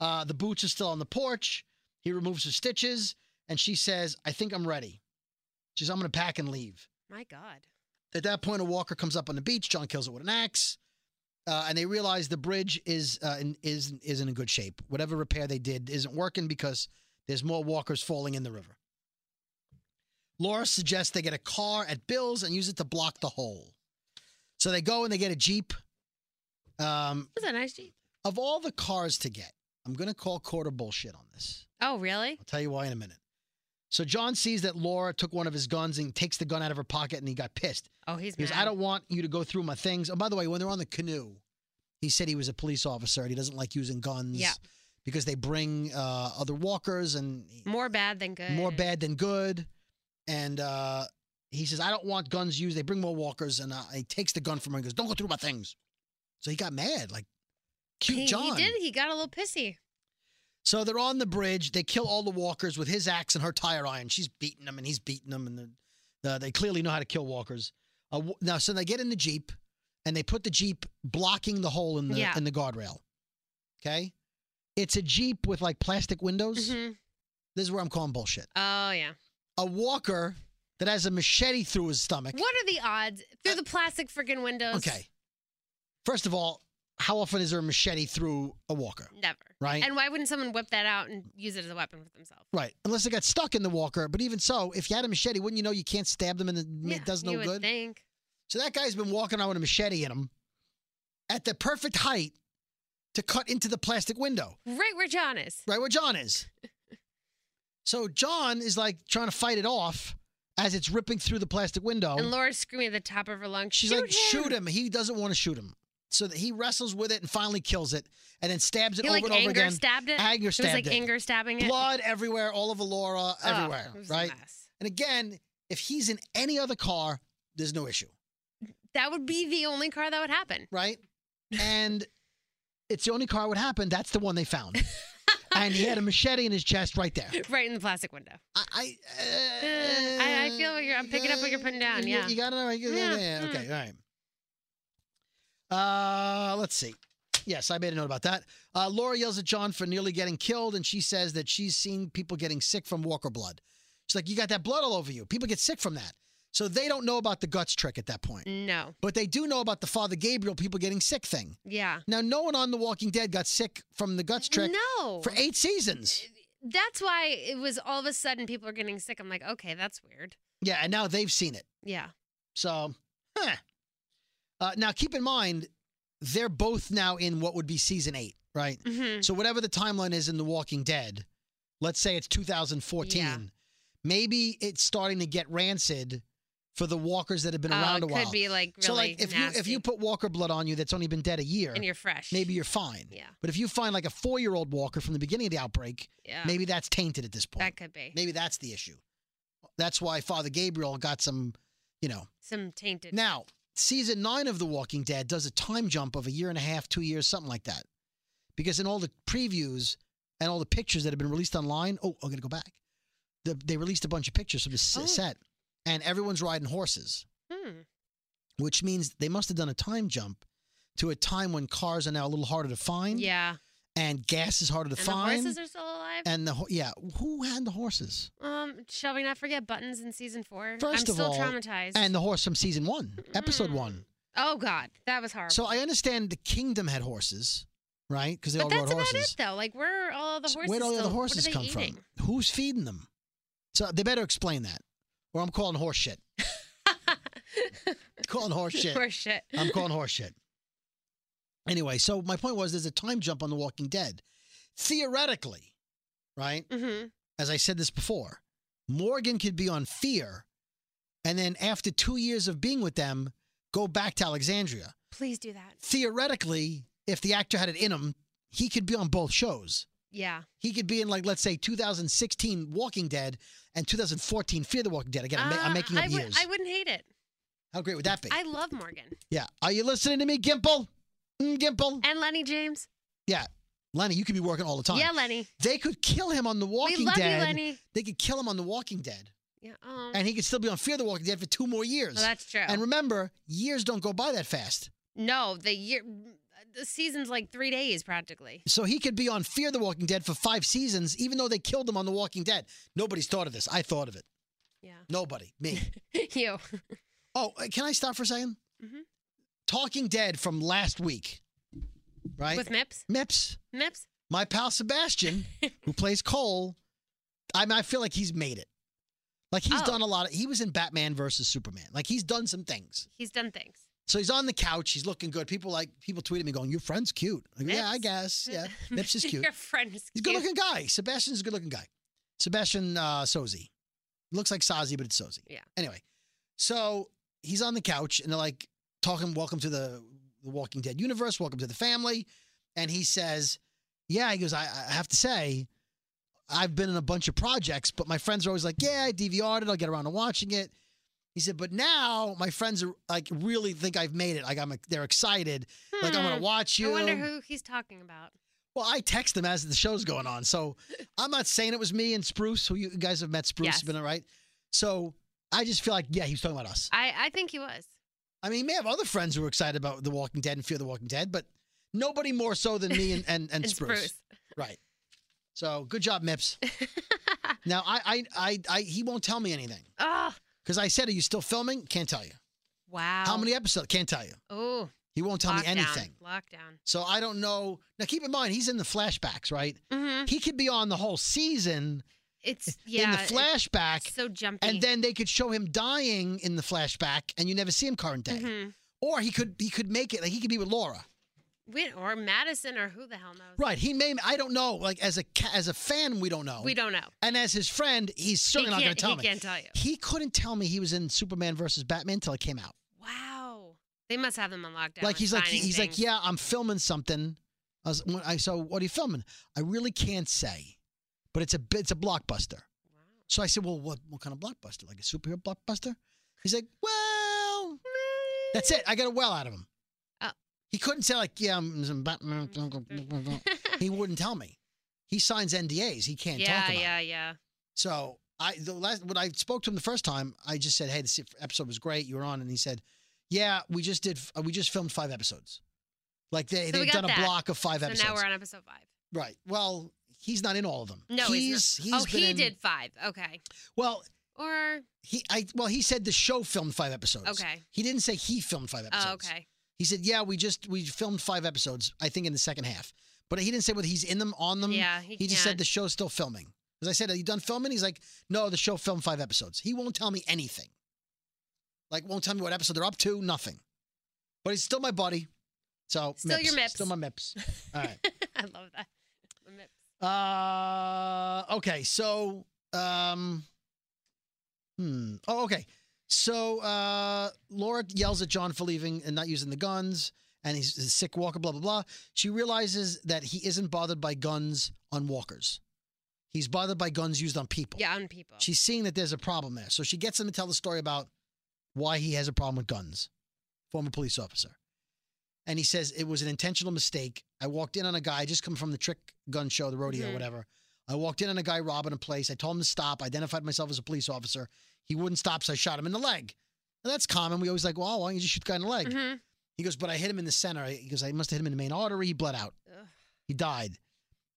Speaker 2: Uh, the boots are still on the porch. He removes his stitches, and she says, "I think I'm ready." She says, "I'm going to pack and leave."
Speaker 3: My God.
Speaker 2: At that point, a walker comes up on the beach. John kills it with an axe, uh, and they realize the bridge is uh, in, is isn't in good shape. Whatever repair they did isn't working because there's more walkers falling in the river. Laura suggests they get a car at Bill's and use it to block the hole. So they go and they get a jeep. Um,
Speaker 3: That was a nice Jeep.
Speaker 2: of all the cars to get, I'm going to call quarter bullshit on this.
Speaker 3: Oh, really?
Speaker 2: I'll tell you why in a minute. So John sees that Laura took one of his guns and takes the gun out of her pocket and he got pissed.
Speaker 3: Oh, he's
Speaker 2: He goes,
Speaker 3: mad.
Speaker 2: I don't want you to go through my things. Oh, by the way, when they're on the canoe, he said he was a police officer and he doesn't like using guns
Speaker 3: Yeah.
Speaker 2: because they bring uh, other walkers and
Speaker 3: More bad than good.
Speaker 2: more bad than good. And uh, he says, I don't want guns used. They bring more walkers. And uh, he takes the gun from her and goes, Don't go through my things. So he got mad, like, cute
Speaker 3: He, he
Speaker 2: John.
Speaker 3: did. He got a little pissy.
Speaker 2: So they're on the bridge. They kill all the walkers with his axe and her tire iron. She's beating them and he's beating them, and the, uh, they clearly know how to kill walkers. Uh, w- now, so they get in the jeep, and they put the jeep blocking the hole in the
Speaker 3: Yeah.
Speaker 2: in the guardrail. Okay, it's a jeep with like plastic windows.
Speaker 3: hmm
Speaker 2: This is where I'm calling bullshit.
Speaker 3: Oh, yeah.
Speaker 2: A walker that has a machete through his stomach.
Speaker 3: What are the odds? Through the plastic freaking windows.
Speaker 2: Uh, Okay, first of all, how often is there a machete through a walker?
Speaker 3: Never.
Speaker 2: Right.
Speaker 3: And why wouldn't someone whip that out and use it as a weapon for themselves?
Speaker 2: Right, unless they got stuck in the walker. But even so, if you had a machete, wouldn't you know you can't stab them and it ma- does no
Speaker 3: you would
Speaker 2: good?
Speaker 3: think.
Speaker 2: So that guy's been walking around with a machete in him at the perfect height to cut into the plastic window,
Speaker 3: Right where John is.
Speaker 2: right where John is. so John is like trying to fight it off as it's ripping through the plastic window.
Speaker 3: And Laura's screaming at the top of her lungs.
Speaker 2: She's
Speaker 3: shoot
Speaker 2: like, shoot him. He doesn't want to shoot him. So that he wrestles with it and finally kills it and then stabs it
Speaker 3: He
Speaker 2: over
Speaker 3: like
Speaker 2: and over
Speaker 3: anger
Speaker 2: again.
Speaker 3: stabbed it.
Speaker 2: Anger
Speaker 3: it was
Speaker 2: stabbed
Speaker 3: like
Speaker 2: it.
Speaker 3: anger stabbing it.
Speaker 2: Blood everywhere, all over Laura,
Speaker 3: Ugh,
Speaker 2: everywhere,
Speaker 3: it was a
Speaker 2: right?
Speaker 3: mess.
Speaker 2: And again, if he's in any other car, there's no issue,
Speaker 3: That would be the only car that would happen.
Speaker 2: right? And it's the only car would happen. That's the one they found. and he had a machete in his chest right there.
Speaker 3: Right in the plastic window.
Speaker 2: I, I, uh,
Speaker 3: Mm, I- I feel what you're- I'm picking up what you're putting down,
Speaker 2: you-
Speaker 3: yeah.
Speaker 2: You got it? All right, yeah,
Speaker 3: Yeah, mm.
Speaker 2: yeah, yeah, Okay, all right. Uh, let's see. Yes, I made a note about that. Uh, Laura yells at John for nearly getting killed, and she says that she's seen people getting sick from Walker blood. She's like, You got that blood all over you. People get sick from that. So they don't know about the guts trick at that point.
Speaker 3: No.
Speaker 2: But they do know about the Father Gabriel people getting sick thing.
Speaker 3: Yeah.
Speaker 2: Now, no one on The Walking Dead got sick from the guts trick
Speaker 3: No.
Speaker 2: for eight seasons.
Speaker 3: that's why it was all of a sudden people are getting sick. I'm like, okay, that's weird.
Speaker 2: Yeah, and now they've seen it.
Speaker 3: Yeah.
Speaker 2: So, huh. uh, now keep in mind, they're both now in what would be season eight, right?
Speaker 3: hmm
Speaker 2: So whatever the timeline is in The Walking Dead, let's say it's 2014, maybe it's starting to get rancid for the walkers that have been
Speaker 3: oh,
Speaker 2: around
Speaker 3: it
Speaker 2: a
Speaker 3: could
Speaker 2: while.
Speaker 3: be like really
Speaker 2: so like if
Speaker 3: nasty.
Speaker 2: you if you put walker blood on you that's only been dead a year,
Speaker 3: and you're fresh,
Speaker 2: maybe you're fine.
Speaker 3: Yeah.
Speaker 2: But if you find like a 4-year-old walker from the beginning of the outbreak,
Speaker 3: yeah,
Speaker 2: maybe that's tainted at this point.
Speaker 3: that could be
Speaker 2: Maybe that's the issue. That's why Father Gabriel got some, you know.
Speaker 3: some tainted.
Speaker 2: Now, season nine of The Walking Dead does a time jump of a year and a half, two years, something like that. Because in all the previews and all the pictures that have been released online, oh, I'm going to go back. The, they released a bunch of pictures from the s
Speaker 3: Oh.
Speaker 2: set, and everyone's riding horses,
Speaker 3: Hmm.
Speaker 2: which means they must have done a time jump to a time when cars are now a little harder to find
Speaker 3: yeah,
Speaker 2: and gas is harder to
Speaker 3: and the
Speaker 2: find.
Speaker 3: horses are still alive.
Speaker 2: and the ho- yeah, who had the horses?
Speaker 3: um, shall we not forget buttons in season four?
Speaker 2: First
Speaker 3: I'm
Speaker 2: of
Speaker 3: still
Speaker 2: all,
Speaker 3: traumatized.
Speaker 2: And the horse from season one, episode
Speaker 3: Mm.
Speaker 2: one.
Speaker 3: oh god, that was horrible.
Speaker 2: So I understand the kingdom had horses, right? Because they
Speaker 3: but
Speaker 2: all
Speaker 3: that's
Speaker 2: rode
Speaker 3: about
Speaker 2: horses.
Speaker 3: it though. Like where are all the
Speaker 2: So
Speaker 3: horses?
Speaker 2: Where do all the
Speaker 3: still-
Speaker 2: other horses
Speaker 3: what are
Speaker 2: come
Speaker 3: they eating?
Speaker 2: from? Who's feeding them? So they better explain that, or I'm calling horse shit. calling horse shit.
Speaker 3: Horse shit.
Speaker 2: I'm calling horse shit. Anyway, so my point was there's a time jump on The Walking Dead. Theoretically, right?
Speaker 3: hmm
Speaker 2: As I said this before, Morgan could be on fear, and then after two years of being with them, go back to Alexandria.
Speaker 3: Please do that.
Speaker 2: theoretically, if the actor had it in him, he could be on both shows.
Speaker 3: Yeah.
Speaker 2: He could be in like let's say 2016 Walking Dead and 2014 Fear the Walking Dead. Again, I'm, ma- I'm
Speaker 3: Uh,
Speaker 2: making
Speaker 3: I
Speaker 2: up
Speaker 3: would-
Speaker 2: years.
Speaker 3: I wouldn't hate it.
Speaker 2: How great would that be?
Speaker 3: I love Morgan
Speaker 2: yeah. Are you listening to me, Gimple? Mm, Gimple.
Speaker 3: and Lenny James.
Speaker 2: Yeah. Lenny, you could be working all the time.
Speaker 3: Yeah, Lenny.
Speaker 2: They could kill him on The Walking
Speaker 3: we love
Speaker 2: Dead.
Speaker 3: you, Lenny.
Speaker 2: They could kill him on The Walking Dead,
Speaker 3: Yeah. Um,
Speaker 2: and he could still be on Fear the Walking Dead for two more years.
Speaker 3: well, that's true.
Speaker 2: and remember, years don't go by that fast.
Speaker 3: no, the year, the season's like three days practically.
Speaker 2: So he could be on Fear the Walking Dead for five seasons, even though they killed him on The Walking Dead. Nobody's thought of this. I thought of it.
Speaker 3: Yeah.
Speaker 2: Nobody. Me.
Speaker 3: you.
Speaker 2: oh, uh, can I stop for a 2nd
Speaker 3: Mhm.
Speaker 2: Talking Dead from last week, right?
Speaker 3: With Mips.
Speaker 2: Mips,
Speaker 3: Mips.
Speaker 2: my pal Sebastian, who plays Cole. I mean, I feel like he's made it. Like he's
Speaker 3: Oh.
Speaker 2: done a lot. Of, he was in Batman versus Superman. Like he's done some things.
Speaker 3: He's done things.
Speaker 2: So he's on the couch. He's looking good. People like people tweeted me going, "Your friend's cute." Like, yeah, I
Speaker 3: Mips?
Speaker 2: guess. Yeah, Mips is cute.
Speaker 3: Your friend is
Speaker 2: He's a
Speaker 3: cute.
Speaker 2: good looking guy. Sebastian's a good looking guy. Sebastian uh, Sozi. Looks like Sazi, but it's Sozi.
Speaker 3: Yeah.
Speaker 2: Anyway, so he's on the couch and they're like talking, welcome to the, the Walking Dead universe, welcome to the family. And he says, Yeah, he goes, I, I have to say, I've been in a bunch of projects, but my friends are always like, Yeah, I DVR'd it, I'll get around to watching it. He said, but now my friends are like really think I've made it. Like I'm, they're excited. Like I'm gonna
Speaker 3: Hmm.
Speaker 2: watch you.
Speaker 3: I wonder who he's talking about.
Speaker 2: Well, I text them as the show's going on. So I'm not saying it was me and Spruce, who you guys have met Spruce,
Speaker 3: Yes.
Speaker 2: been all right. So I just feel like, yeah, he was talking about us.
Speaker 3: I, I think he was.
Speaker 2: I mean, he may have other friends who were excited about The Walking Dead and Fear the Walking Dead, but nobody more so than me and, and, and
Speaker 3: It's
Speaker 2: Spruce. Right. So good job, Mips. now I, I I I he won't tell me anything.
Speaker 3: oh
Speaker 2: Because I said, Are you still filming? Can't tell you.
Speaker 3: wow.
Speaker 2: How many episodes? Can't tell you.
Speaker 3: Oh,
Speaker 2: He won't tell me anything.
Speaker 3: Lockdown.
Speaker 2: So I don't know. Now keep in mind he's in the flashbacks, right?
Speaker 3: Mm-hmm.
Speaker 2: He could be on the whole season
Speaker 3: It's yeah.
Speaker 2: in the
Speaker 3: it-
Speaker 2: flashback,
Speaker 3: it's so jumpy.
Speaker 2: and then they could show him dying in the flashback, and you never see him current day.
Speaker 3: Mhm.
Speaker 2: Or he could he could make it like he could be with Laura,
Speaker 3: We, or Madison or who the hell knows.
Speaker 2: right? He may I don't know. Like as a ca- as a fan, we don't know.
Speaker 3: We don't know.
Speaker 2: And as his friend, he's
Speaker 3: He
Speaker 2: certainly not going
Speaker 3: can't,
Speaker 2: to tell
Speaker 3: he
Speaker 2: me.
Speaker 3: can't tell you.
Speaker 2: He couldn't tell me he was in Superman versus Batman till it came out.
Speaker 3: Wow. They must have them on lockdown.
Speaker 2: like he's like
Speaker 3: signing
Speaker 2: he's like
Speaker 3: things.
Speaker 2: yeah, I'm filming something. I was when I saw what are you filming? I really can't say, but it's a bi- it's a blockbuster.
Speaker 3: Wow.
Speaker 2: So I said, well, what what kind of blockbuster? Like a superhero blockbuster? He's like, well, That's it. I got a well out of him.
Speaker 3: Oh.
Speaker 2: He couldn't say like, yeah, I'm mm, some Batman. he wouldn't tell me. He signs NDAs. He can't
Speaker 3: yeah,
Speaker 2: talk about. It.
Speaker 3: yeah, yeah.
Speaker 2: So I the last when I spoke to him the first time, I just said, hey, this e-, episode was great. You were on, and he said, yeah, we just did. uh, We just filmed five episodes. Like they
Speaker 3: So we
Speaker 2: they've
Speaker 3: got
Speaker 2: done
Speaker 3: that.
Speaker 2: a block of five
Speaker 3: So
Speaker 2: episodes.
Speaker 3: now we're on episode five.
Speaker 2: right. Well, he's not in all of them.
Speaker 3: No,
Speaker 2: he's,
Speaker 3: he's not. oh,
Speaker 2: been
Speaker 3: he
Speaker 2: in-
Speaker 3: did five. Okay.
Speaker 2: Well,
Speaker 3: Or
Speaker 2: he I well he said the show filmed five episodes.
Speaker 3: Okay.
Speaker 2: He didn't say he filmed five episodes.
Speaker 3: oh, okay.
Speaker 2: He said, "Yeah, we just we filmed five episodes. I think in the second half, But he didn't say whether he's in them, on them.
Speaker 3: yeah, he,
Speaker 2: Um, He just said
Speaker 3: can't.
Speaker 2: the show's still filming. Because I said, Are you done filming? He's like, No, the show filmed five episodes. He won't tell me anything. Like, won't tell me what episode they're up to, nothing. But he's still my buddy. So,
Speaker 3: Still your Mips.
Speaker 2: Still my MIPS. All right.
Speaker 3: I love that.
Speaker 2: Uh, okay. So, um, hmm. Oh, okay. So, uh, Laura yells at John for leaving and not using the guns, and he's a sick walker, blah, blah, blah. She realizes that he isn't bothered by guns on walkers, he's bothered by guns used on people.
Speaker 3: Yeah, on people.
Speaker 2: She's seeing that there's a problem there. So, she gets him to tell the story about why he has a problem with guns, former police officer. And he says it was an intentional mistake. I walked in on a guy I just come from the trick gun show, the rodeo,
Speaker 3: Mhm.
Speaker 2: whatever. I walked in on a guy robbing a place. I told him to stop. Identified myself as a police officer. He wouldn't stop, so I shot him in the leg. And that's common. We always like, well, why don't you just shoot the guy in the leg?
Speaker 3: Mhm.
Speaker 2: He goes, but I hit him in the center. He goes, I must have hit him in the main artery. He bled out.
Speaker 3: Ugh.
Speaker 2: He died.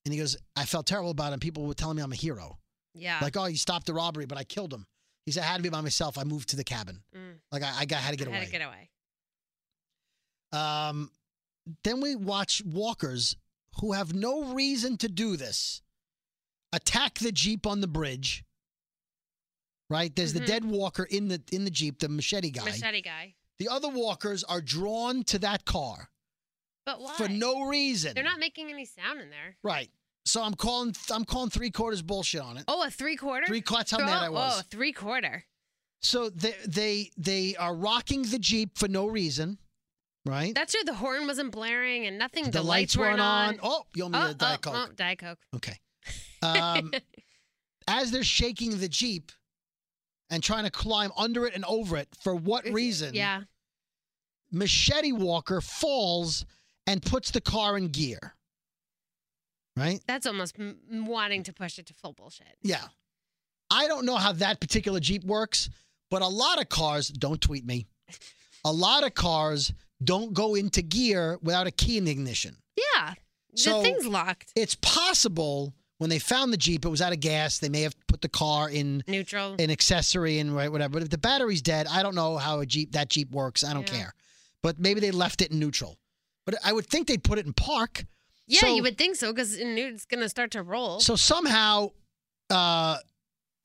Speaker 2: And he goes, I felt terrible about him. People were telling me I'm a hero.
Speaker 3: Yeah.
Speaker 2: Like, oh, you stopped the robbery, but I killed him. He said, I had to be by myself. I moved to the cabin.
Speaker 3: Mm.
Speaker 2: Like, I, I got, had to get
Speaker 3: I
Speaker 2: away.
Speaker 3: had to get away.
Speaker 2: Um, then we watch walkers who have no reason to do this attack the jeep on the bridge. Right? There's
Speaker 3: Mhm.
Speaker 2: the dead walker in the in the jeep, the machete guy.
Speaker 3: Machete guy.
Speaker 2: The other walkers are drawn to that car
Speaker 3: But why?
Speaker 2: for no reason.
Speaker 3: They're not making any sound in there.
Speaker 2: right. So I'm calling I'm calling three quarters bullshit on it.
Speaker 3: Oh, a three quarter.
Speaker 2: Three quarters how
Speaker 3: Throw-
Speaker 2: mad I was.
Speaker 3: Oh, three quarter.
Speaker 2: So they they they are rocking the jeep for no reason, right?
Speaker 3: That's true. The horn wasn't blaring and nothing.
Speaker 2: the, lights weren't on. uh. Oh, you owe me
Speaker 3: Oh,
Speaker 2: a Diet
Speaker 3: oh,
Speaker 2: Coke.
Speaker 3: oh, Diet Coke.
Speaker 2: Okay. Um, as they're shaking the Jeep and trying to climb under it and over it, for what reason?
Speaker 3: Yeah.
Speaker 2: Machete Walker falls and puts the car in gear. Right?
Speaker 3: That's almost m- m- wanting to push it to full bullshit.
Speaker 2: Yeah. I don't know how that particular Jeep works, but a lot of cars, don't tweet me, a lot of cars don't go into gear without a key in the ignition.
Speaker 3: Yeah.
Speaker 2: So-
Speaker 3: the thing's locked.
Speaker 2: It's possible when they found the Jeep, it was out of gas. They may have put the car in
Speaker 3: Neutral.
Speaker 2: an accessory and right whatever. But if the battery's dead, I don't know how a Jeep that Jeep works. I don't
Speaker 3: Yeah.
Speaker 2: care. But maybe they left it in neutral. But I would think they'd put it in park.
Speaker 3: yeah,
Speaker 2: so-
Speaker 3: you would think so because it's going to start to roll.
Speaker 2: So somehow uh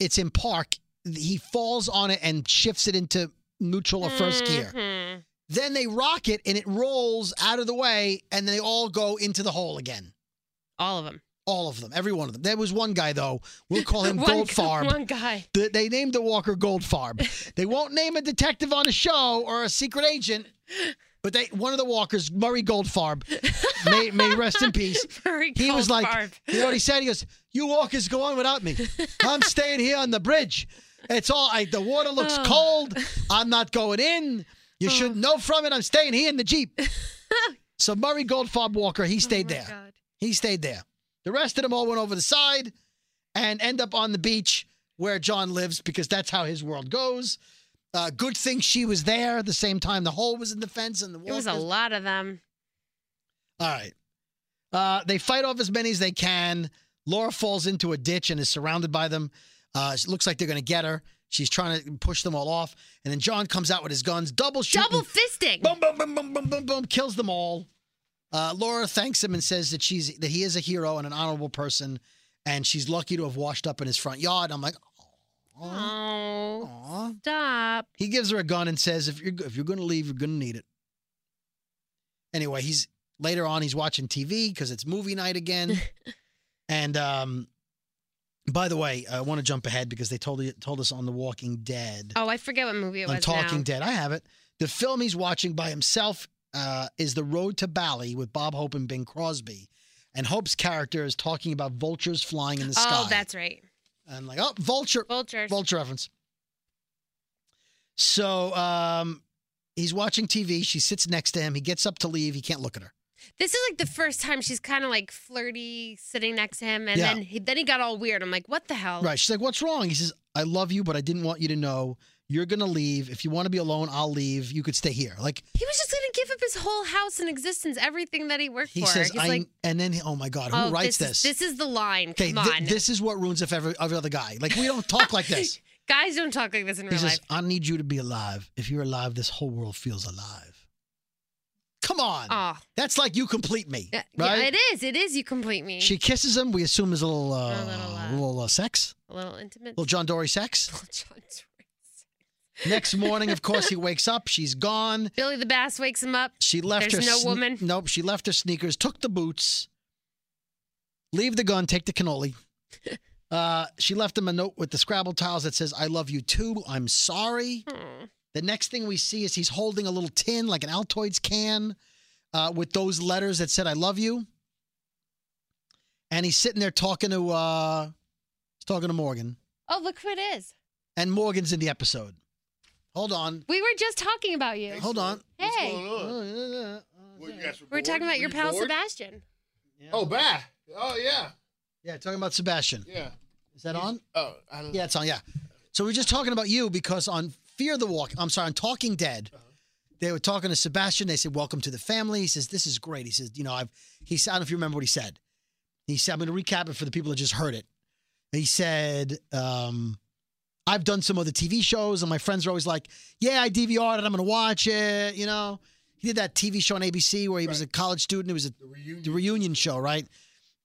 Speaker 2: it's in park. He falls on it and shifts it into neutral or first gear.
Speaker 3: Mhm.
Speaker 2: Then they rock it and it rolls out of the way and they all go into the hole again.
Speaker 3: All of them.
Speaker 2: All of them, every one of them. There was one guy though. We'll call him Goldfarb.
Speaker 3: One guy.
Speaker 2: Th- They named the Walker Goldfarb. they won't name a detective on a show or a secret agent, but they one of the Walkers, Murray Goldfarb, may, may rest in peace.
Speaker 3: Very
Speaker 2: He was like,
Speaker 3: Goldfarb.
Speaker 2: you know what he said? He goes, "You Walkers go on without me. I'm staying here on the bridge. It's all I, the water looks
Speaker 3: Oh.
Speaker 2: cold. I'm not going in. You should know from it. I'm staying here in the jeep." so Murray Goldfarb Walker, he stayed
Speaker 3: oh my
Speaker 2: there.
Speaker 3: God.
Speaker 2: He stayed there. The rest of them all went over the side and end up on the beach where John lives because that's how his world goes. Uh, good thing she was there at the same time the hole was in the fence and the wall.
Speaker 3: It was a lot of them.
Speaker 2: All right. Uh, they fight off as many as they can. Laura falls into a ditch and is surrounded by them. Uh, it looks like they're going to get her. She's trying to push them all off. And then John comes out with his guns, double shooting.
Speaker 3: Double fisting.
Speaker 2: boom, boom, boom, boom, boom, boom, boom, kills them all. Uh, Laura thanks him and says that she's that he is a hero and an honorable person, and she's lucky to have washed up in his front yard. I'm like, aw,
Speaker 3: Oh,
Speaker 2: aw.
Speaker 3: stop.
Speaker 2: He gives her a gun and says, if you're if you're gonna leave, you're gonna need it. Anyway, he's later on. He's watching TV because it's movie night again, and um. By the way, I want to jump ahead because they told told us on The Walking Dead.
Speaker 3: Oh, I forget what movie it
Speaker 2: I'm
Speaker 3: was
Speaker 2: Talking
Speaker 3: now.
Speaker 2: Dead. I have it. The film he's watching by himself uh, is The Road to Bali with Bob Hope and Bing Crosby. And Hope's character is talking about vultures flying in the sky.
Speaker 3: Oh, that's right.
Speaker 2: And like, oh, vulture,
Speaker 3: Vultures.
Speaker 2: vulture reference. So um, he's watching TV. She sits next to him. He gets up to leave. He can't look at her.
Speaker 3: This is like the first time she's kind of like flirty, sitting next to him, and
Speaker 2: Yeah.
Speaker 3: then he, then he got all weird. I'm like, what the hell?
Speaker 2: Right. She's like, what's wrong? He says, I love you, but I didn't want you to know. You're going to leave. If you want to be alone, I'll leave. You could stay here. Like,
Speaker 3: He was just gonna give up his whole house and existence, everything that he worked
Speaker 2: he
Speaker 3: for.
Speaker 2: says,
Speaker 3: He's
Speaker 2: I,
Speaker 3: like,
Speaker 2: and then, oh my God, who
Speaker 3: oh,
Speaker 2: writes
Speaker 3: this? is- this is the line.
Speaker 2: Okay,
Speaker 3: Come
Speaker 2: thi-
Speaker 3: on,
Speaker 2: this is what ruins if every, every other guy. Like we don't talk like this.
Speaker 3: guys don't talk like this in
Speaker 2: he
Speaker 3: real
Speaker 2: says,
Speaker 3: life.
Speaker 2: "I need you to be alive. If you're alive, this whole world feels alive." Come on.
Speaker 3: Oh,
Speaker 2: That's like you complete me,
Speaker 3: yeah, yeah,
Speaker 2: right?
Speaker 3: it is. It is. You complete me.
Speaker 2: She kisses him. We assume is a little, uh,
Speaker 3: A little, uh,
Speaker 2: little uh, sex,
Speaker 3: a little intimate.
Speaker 2: little John Dory sex.
Speaker 3: John Torrance.
Speaker 2: Next morning, of course, he wakes up. She's gone.
Speaker 3: Billy the Bass wakes him up.
Speaker 2: She left
Speaker 3: There's
Speaker 2: her.
Speaker 3: no woman.
Speaker 2: Nope. She left her sneakers. Took the boots. Leave the gun. Take the cannoli. uh, she left him a note with the Scrabble tiles that says, "I love you too. I'm sorry."
Speaker 3: Oh,
Speaker 2: The next thing we see is he's holding a little tin, like an Altoids can, uh, with those letters that said "I love you." And he's sitting there talking to, uh, he's talking to Morgan,
Speaker 3: oh look who it is.
Speaker 2: and Morgan's in the episode. Hold on,
Speaker 3: We were just talking about you.
Speaker 2: hold on.
Speaker 4: What's
Speaker 3: Hey.
Speaker 4: going on? What, you guys
Speaker 3: We were talking about
Speaker 4: bored? Were
Speaker 3: your
Speaker 4: you
Speaker 3: pal
Speaker 4: bored?
Speaker 3: Sebastian.
Speaker 4: Oh, bah. Oh, yeah.
Speaker 2: yeah, talking about Sebastian.
Speaker 4: Yeah.
Speaker 2: Is that on?
Speaker 4: Oh, I don't
Speaker 2: Yeah, it's on. Yeah. So we we're just talking about you because on Fear the Walk, I'm sorry, on Talking Dead,
Speaker 4: Uh-huh.
Speaker 2: they were talking to Sebastian. They said, "Welcome to the family." He says, "This is great." He says, "You know, I've." He said, "I don't know if you remember what he said." He said, "I'm going to recap it for the people that just heard it." He said, um, "I've done some other TV shows, and my friends are always like, yeah, I DVR'd it. I'm going to watch it.' You know." He did that TV show on ABC where he was a
Speaker 4: Right.
Speaker 2: college student. It was a
Speaker 4: The reunion.
Speaker 2: the reunion show, right?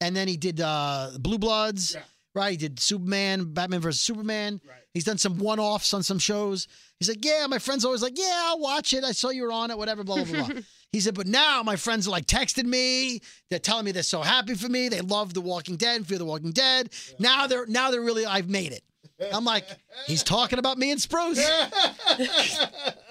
Speaker 2: And then he did uh, Blue Bloods,
Speaker 4: Yeah.
Speaker 2: right? He did Superman, Batman versus Superman.
Speaker 4: Right.
Speaker 2: He's done some one-offs on some shows. He's like, yeah, my friends always like, yeah, I'll watch it. I saw you were on it, whatever, blah blah blah. he said, but now my friends are like texting me. They're telling me they're so happy for me. They love The Walking Dead and Fear the Walking Dead. Now they're now they're really I've made it. I'm like, he's talking about me and Spruce.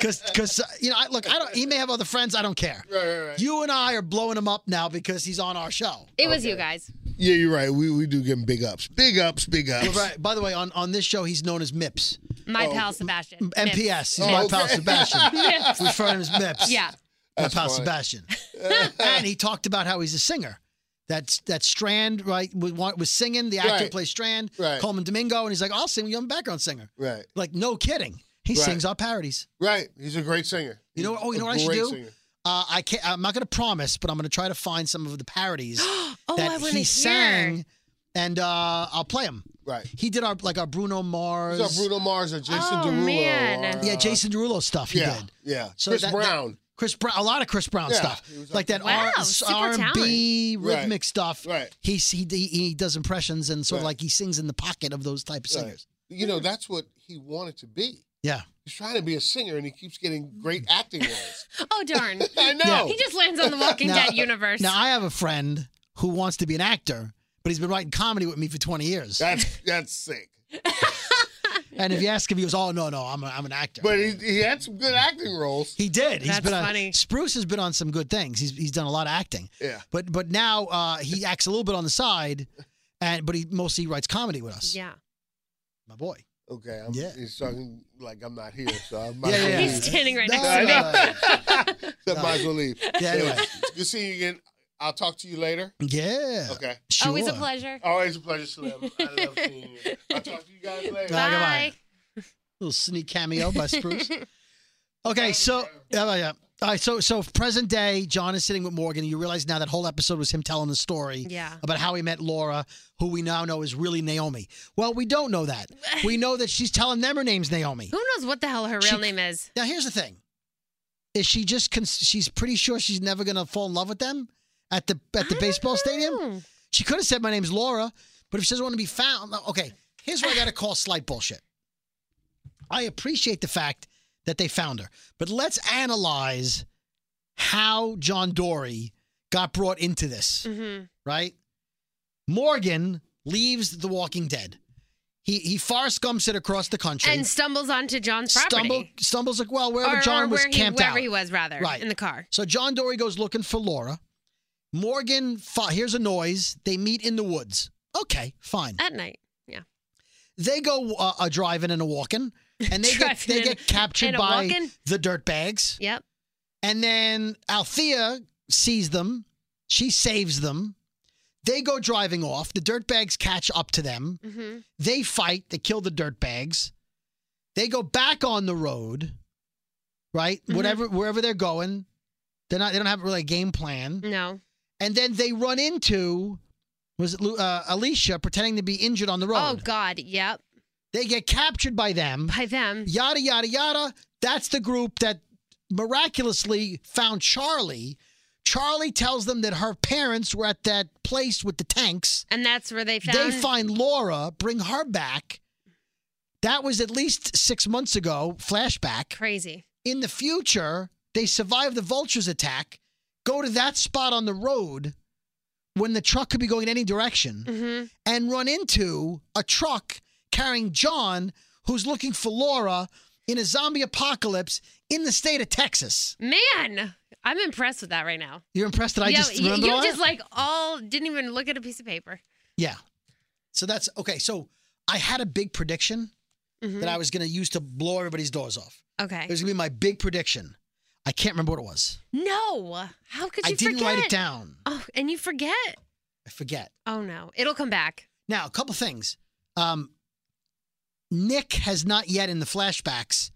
Speaker 2: Cause, cause, uh, you know, I, look, I don't. He may have other friends. I don't care.
Speaker 4: Right, right, right.
Speaker 2: You and I are blowing him up now because he's on our show.
Speaker 3: It was you guys.
Speaker 4: yeah, you're right. We, we do give him big ups. Big ups, big ups.
Speaker 2: Right. By the way, on, on this show, he's known as Mips.
Speaker 3: My pal Sebastian.
Speaker 2: MPS. He's
Speaker 4: Oh,
Speaker 2: my
Speaker 4: okay.
Speaker 2: pal Sebastian.
Speaker 3: Mips.
Speaker 2: We refer to him as Mips.
Speaker 3: yeah.
Speaker 2: My pal
Speaker 4: funny.
Speaker 2: Sebastian. and he talked about how he's a singer. That's that Strand, right, was, was singing. The actor
Speaker 4: Right.
Speaker 2: plays Strand,
Speaker 4: Right.
Speaker 2: Coleman Domingo, and he's like, I'll sing with you. I'm a background singer.
Speaker 4: Right.
Speaker 2: Like, no kidding. He
Speaker 4: Right.
Speaker 2: sings our parodies.
Speaker 4: Right. He's a great singer.
Speaker 2: You know what- oh, you
Speaker 4: A
Speaker 2: know what I should
Speaker 4: great
Speaker 2: do?
Speaker 4: singer.
Speaker 2: Uh, I can't, I'm not going to promise, but I'm going to try to find some of the parodies
Speaker 3: Oh, I
Speaker 2: that
Speaker 3: want to
Speaker 2: he
Speaker 3: hear.
Speaker 2: sang, and uh, I'll play them.
Speaker 4: Right.
Speaker 2: He did our like our Bruno Mars.
Speaker 4: He's a Bruno Mars or Jason
Speaker 3: Oh,
Speaker 4: Derulo.
Speaker 3: man.
Speaker 4: Or,
Speaker 2: Yeah,
Speaker 4: uh,
Speaker 2: Jason Derulo stuff he
Speaker 4: Yeah.
Speaker 2: did.
Speaker 4: Yeah.
Speaker 2: So
Speaker 4: Chris
Speaker 2: that- that-
Speaker 4: Brown.
Speaker 2: Chris Brown, a lot of Chris Brown
Speaker 4: Yeah,
Speaker 2: stuff,
Speaker 4: he was
Speaker 2: like that
Speaker 4: up
Speaker 3: there. Wow, super
Speaker 2: R and B
Speaker 4: Right.
Speaker 2: rhythmic stuff.
Speaker 4: Right.
Speaker 2: He's he he he does impressions and sort of
Speaker 4: Right.
Speaker 2: like he sings in the pocket of those type of
Speaker 4: Right.
Speaker 2: singers.
Speaker 4: You know, that's what he wanted to be.
Speaker 2: Yeah.
Speaker 4: He's trying to be a singer and he keeps getting great acting roles.
Speaker 3: Oh, darn.
Speaker 4: I know.
Speaker 3: He just lands on the Walking
Speaker 2: Now-
Speaker 3: Dead universe.
Speaker 2: Now I have a friend who wants to be an actor, but he's been writing comedy with me for twenty years.
Speaker 4: That's that's sick.
Speaker 2: and if you ask him, he goes, "Oh no, no, I'm a, I'm an actor."
Speaker 4: But he, he had some good acting roles.
Speaker 2: he did. He's
Speaker 3: That's
Speaker 2: been on-
Speaker 3: funny.
Speaker 2: Spruce has been on some good things. He's he's done a lot of acting.
Speaker 4: Yeah.
Speaker 2: But but now uh, he acts a little bit on the side, and but he mostly writes comedy with us.
Speaker 3: yeah.
Speaker 2: My boy.
Speaker 4: Okay. I'm,
Speaker 2: Yeah.
Speaker 4: He's talking like I'm not here, so I might
Speaker 2: Yeah,
Speaker 4: as well
Speaker 2: yeah,
Speaker 4: leave.
Speaker 3: He's standing right
Speaker 2: No,
Speaker 3: next
Speaker 2: no,
Speaker 3: to me.
Speaker 2: no, no.
Speaker 4: So I might as well leave.
Speaker 2: Yeah, anyway.
Speaker 4: Good seeing you again. I'll talk to you later.
Speaker 2: Yeah.
Speaker 4: Okay.
Speaker 2: Sure.
Speaker 3: Always Oh, a pleasure.
Speaker 4: Always a pleasure, Slim. I love seeing you. I'll talk to you guys later.
Speaker 2: Bye.
Speaker 3: Bye.
Speaker 2: Little sneak cameo by Spruce. okay, so yeah, yeah. All right, so so present day, John is sitting with Morgan, and you realize now that whole episode was him telling the story
Speaker 3: Yeah.
Speaker 2: about how he met Laura, who we now know is really Naomi. Well, we don't know that. we know that she's telling them her name's Naomi.
Speaker 3: Who knows what the hell her real
Speaker 2: She-
Speaker 3: name is?
Speaker 2: Now, here's the thing: is she just cons- she's pretty sure she's never gonna fall in love with them at the at the
Speaker 3: I
Speaker 2: baseball stadium?
Speaker 3: don't know.
Speaker 2: She could have said, "My name's Laura," but if she doesn't want to be found, okay. Here's where I got to call slight bullshit. I appreciate the fact that they found her, but let's analyze how John Dory got brought into this.
Speaker 3: Mhm.
Speaker 2: Right? Morgan leaves The Walking Dead. He he far scumps it across the country.
Speaker 3: And stumbles onto John's property.
Speaker 2: stumble stumbles like well
Speaker 3: or,
Speaker 2: wherever
Speaker 3: or
Speaker 2: John was
Speaker 3: where he,
Speaker 2: camped
Speaker 3: wherever
Speaker 2: out.
Speaker 3: he was, rather.
Speaker 2: Right.
Speaker 3: In the car.
Speaker 2: So John Dory goes looking for Laura. Morgan fi- hears a noise. They meet in the woods. Okay, fine.
Speaker 3: At night. Yeah.
Speaker 2: They go uh, a driving and a walking, and they get
Speaker 3: Driving
Speaker 2: they
Speaker 3: and-
Speaker 2: get captured
Speaker 3: and a
Speaker 2: by
Speaker 3: walking.
Speaker 2: the dirt bags.
Speaker 3: Yep.
Speaker 2: And then Althea sees them. She saves them. They go driving off. The dirt bags catch up to them.
Speaker 3: hmm
Speaker 2: They fight. They kill the dirt bags. They go back on the road, right?
Speaker 3: Mhm.
Speaker 2: Whatever wherever they're going, they're not. They don't have really a game plan.
Speaker 3: No.
Speaker 2: And then they run into was it Lu- uh, Alicia pretending to be injured on the road.
Speaker 3: Oh, God. Yep.
Speaker 2: They get captured by them.
Speaker 3: By them.
Speaker 2: Yada yada yada. That's the group that miraculously found Charlie, Charlie tells them that her parents were at that place with the tanks.
Speaker 3: And that's where they found.
Speaker 2: They find Laura, bring her back. That was at least six months ago, flashback.
Speaker 3: crazy.
Speaker 2: In the future, they survive the vultures attack, go to that spot on the road when the truck could be going in any direction,
Speaker 3: hmm
Speaker 2: and run into a truck carrying John, who's looking for Laura in a zombie apocalypse in the state of Texas.
Speaker 3: Man, I'm impressed with that right now.
Speaker 2: You're impressed that I
Speaker 3: Yeah,
Speaker 2: just
Speaker 3: you-
Speaker 2: remember
Speaker 3: you,
Speaker 2: all
Speaker 3: just
Speaker 2: that?
Speaker 3: like all didn't even look at a piece of paper.
Speaker 2: Yeah. So that's okay. So I had a big prediction
Speaker 3: Mhm.
Speaker 2: that I was going to use to blow everybody's doors off.
Speaker 3: Okay.
Speaker 2: It was gonna be my big prediction. I can't remember what it was.
Speaker 3: No. How could
Speaker 2: I
Speaker 3: you
Speaker 2: didn't
Speaker 3: forget?
Speaker 2: write it down.
Speaker 3: Oh, and you forget.
Speaker 2: I forget.
Speaker 3: Oh no, it'll come back.
Speaker 2: Now, a couple things. Um, Nick has not yet in the flashbacks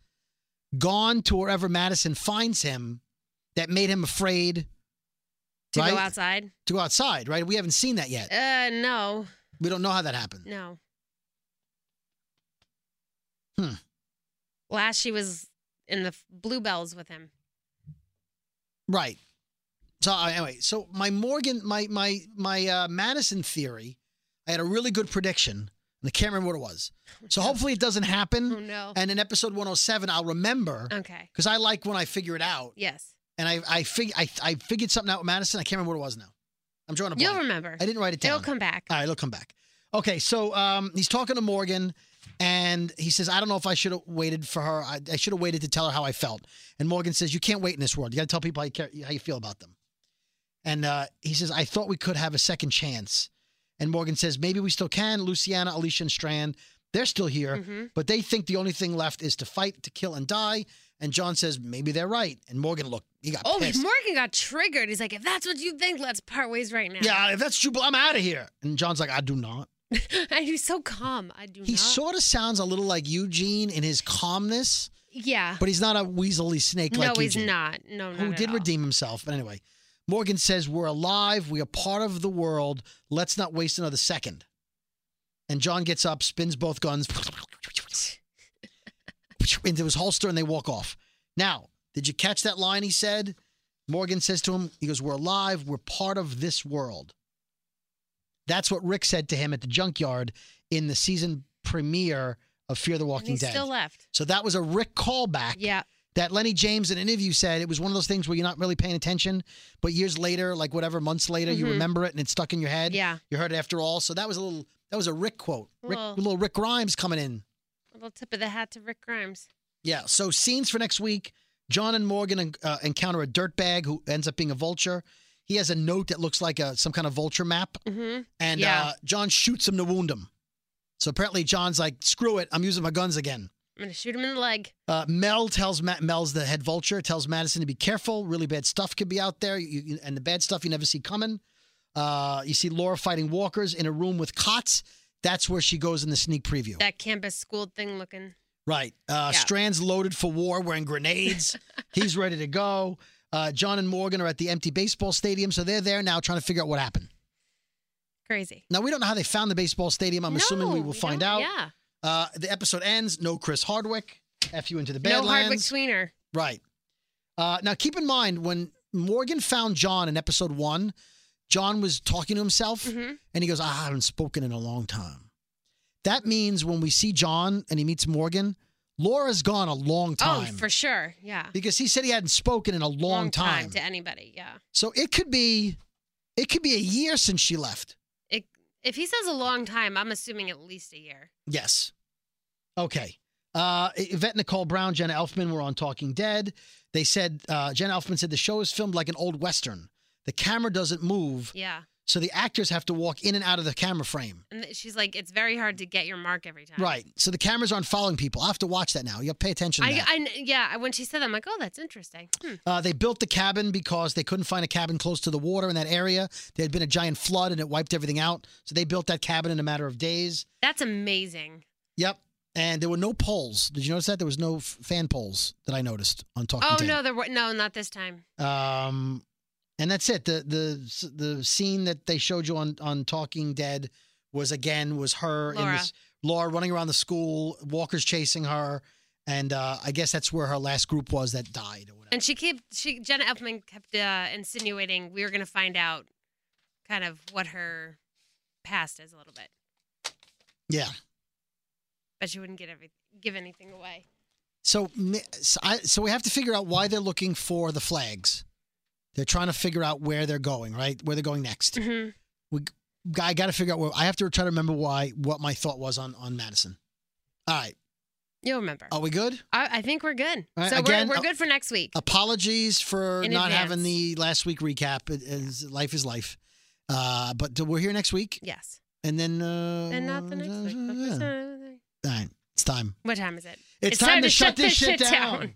Speaker 2: gone to wherever Madison finds him that made him afraid
Speaker 3: To
Speaker 2: right?
Speaker 3: go outside?
Speaker 2: to go outside, right? We haven't seen that yet.
Speaker 3: Uh, no,
Speaker 2: We don't know how that happened.
Speaker 3: no.
Speaker 2: Hmm.
Speaker 3: Last she was in the f- bluebells with him.
Speaker 2: Right. So I- anyway, so my Morgan, my my my uh, Madison theory, I had a really good prediction, and I can't remember what it was. So hopefully it doesn't happen.
Speaker 3: Oh no.
Speaker 2: And in episode 107, I'll remember
Speaker 3: Okay.
Speaker 2: because I like when I figure it out.
Speaker 3: Yes.
Speaker 2: And I I, fig- I I figured something out with Madison. I can't remember what it was now. I'm drawing a blank.
Speaker 3: You'll remember.
Speaker 2: I didn't write it down.
Speaker 3: It'll come back.
Speaker 2: All right, it'll come back. Okay, so um, he's talking to Morgan, and he says, "I don't know if I should have waited for her. I, I should have waited to tell her how I felt." And Morgan says, "You can't wait in this world. You got to tell people how you, care, how you feel about them." And uh, he says, "I thought we could have a second chance." And Morgan says, "Maybe we still can. Luciana, Alicia, and Strand, they're still here."
Speaker 3: hmm
Speaker 2: But they think the only thing left is to fight, to kill, and die. And John says, maybe they're right. And Morgan, look, he got
Speaker 3: Oh,
Speaker 2: pissed.
Speaker 3: Morgan got triggered. He's like, if that's what you think, let's part ways right now.
Speaker 2: yeah, if that's true, I'm out of here. And John's like, I do not.
Speaker 3: and he's so calm. I do
Speaker 2: He
Speaker 3: not.
Speaker 2: sort of sounds a little like Eugene in his calmness,
Speaker 3: yeah.
Speaker 2: but he's not a weaselly snake
Speaker 3: No,
Speaker 2: like
Speaker 3: he's
Speaker 2: Eugene,
Speaker 3: not. No, not
Speaker 2: who
Speaker 3: at
Speaker 2: did
Speaker 3: all.
Speaker 2: redeem himself. But anyway, Morgan says, we're alive. We are part of the world. Let's not waste another second. And John gets up, spins both guns into his holster, and they walk off. Now, did you catch that line he said? Morgan says to him, he goes, We're alive. We're part of this world. That's what Rick said to him at the junkyard in the season premiere of Fear the
Speaker 3: And
Speaker 2: Walking
Speaker 3: he's
Speaker 2: Dead.
Speaker 3: still left.
Speaker 2: so that was a Rick callback
Speaker 3: Yeah.
Speaker 2: that Lenny James in an interview said it was one of those things where you're not really paying attention, but years later, like whatever months later, you
Speaker 3: Mhm.
Speaker 2: remember it and it's stuck in your head.
Speaker 3: Yeah.
Speaker 2: You heard it after all. So that was a little that was a Rick quote. Rick,
Speaker 3: Well-
Speaker 2: little Rick Grimes coming in.
Speaker 3: little tip of the hat to Rick Grimes.
Speaker 2: Yeah. So scenes for next week. John and Morgan uh, encounter a dirtbag who ends up being a vulture. He has a note that looks like a, some kind of vulture map,
Speaker 3: Mm-hmm.
Speaker 2: and
Speaker 3: Yeah.
Speaker 2: uh, John shoots him to wound him. So apparently, John's like, "Screw it, I'm using my guns again."
Speaker 3: I'm gonna shoot him in the leg.
Speaker 2: Uh, Mel tells Ma- Mel's the head vulture tells Madison to be careful. Really bad stuff could be out there, you, you- and the bad stuff you never see coming. Uh, you see Laura fighting walkers in a room with cots. That's where she goes in the sneak preview.
Speaker 3: That campus school thing looking.
Speaker 2: right. Uh,
Speaker 3: Yeah.
Speaker 2: Strand's loaded for war, wearing grenades. He's ready to go. Uh, John and Morgan are at the empty baseball stadium, so they're there now trying to figure out what happened.
Speaker 3: Crazy.
Speaker 2: Now we don't know how they found the baseball stadium. I'm assuming we
Speaker 3: No,
Speaker 2: will
Speaker 3: you
Speaker 2: find out.
Speaker 3: don't- Yeah.
Speaker 2: Uh, the episode ends. No Chris Hardwick. F you into the
Speaker 3: No Hardwick
Speaker 2: Badlands.
Speaker 3: tweener.
Speaker 2: Right. Uh, now, keep in mind when Morgan found John in episode one, John was talking to himself
Speaker 3: hmm
Speaker 2: and he goes, "Ah, I haven't spoken in a long time. That means when we see John and he meets Morgan, Laura's gone a long
Speaker 3: Oh,
Speaker 2: time.
Speaker 3: for sure. Yeah.
Speaker 2: Because he said he hadn't spoken in a long, time.
Speaker 3: to anybody. Yeah.
Speaker 2: So it could be it could be a year since she left.
Speaker 3: It, if he says a long time, I'm assuming at least a year.
Speaker 2: Yes. Okay. Uh, Yvette Nicole Brown, Jenna Elfman were on Talking Dead. They said uh, Jenna Elfman said the show is filmed like an old western. The camera doesn't move,
Speaker 3: Yeah.
Speaker 2: so the actors have to walk in and out of the camera frame.
Speaker 3: And th- she's like, it's very hard to get your mark every time.
Speaker 2: Right. So the cameras aren't following people. I have to watch that now. You have to pay attention. To
Speaker 3: I,
Speaker 2: that.
Speaker 3: I, yeah. I- When she said that, I'm like, oh, that's interesting. Hmm.
Speaker 2: Uh, they built the cabin because they couldn't find a cabin close to the water in that area. There had been a giant flood and it wiped everything out. So they built that cabin in a matter of days.
Speaker 3: That's amazing.
Speaker 2: Yep. And there were no poles. Did you notice that? There was no f- fan poles that I noticed on Talking
Speaker 3: Oh
Speaker 2: Dead.
Speaker 3: no, there were no, not this time.
Speaker 2: Um, and that's it. The the the scene that they showed you on on Talking Dead was again was her in
Speaker 3: Laura.
Speaker 2: this Laura running around the school, walkers chasing her, And uh, I guess that's where her last group was that died or whatever.
Speaker 3: And she kept she Jenna Elfman kept uh, insinuating we were gonna find out kind of what her past is a little bit,
Speaker 2: yeah.
Speaker 3: but she wouldn't get every give anything away.
Speaker 2: So, mi- so, I, so we have to figure out why they're looking for the flags. They're trying to figure out where they're going, right? Where they're going next.
Speaker 3: Mhm.
Speaker 2: I got to figure out where. I have to try to remember why what my thought was on on Madison. All right,
Speaker 3: You'll remember.
Speaker 2: are we good?
Speaker 3: I, I think we're good.
Speaker 2: Oh. All right,
Speaker 3: so
Speaker 2: again,
Speaker 3: we're,
Speaker 2: uh,
Speaker 3: we're good for next week.
Speaker 2: Apologies for
Speaker 3: In
Speaker 2: not
Speaker 3: advance.
Speaker 2: having the last week recap. It is life is life, uh, but we're here next week,
Speaker 3: yes.
Speaker 2: and then uh,
Speaker 3: And not the next week. but
Speaker 2: yeah.
Speaker 3: there's another-
Speaker 2: All right, it's time.
Speaker 3: What time is it?
Speaker 2: It's, time, to, shut, this shit down.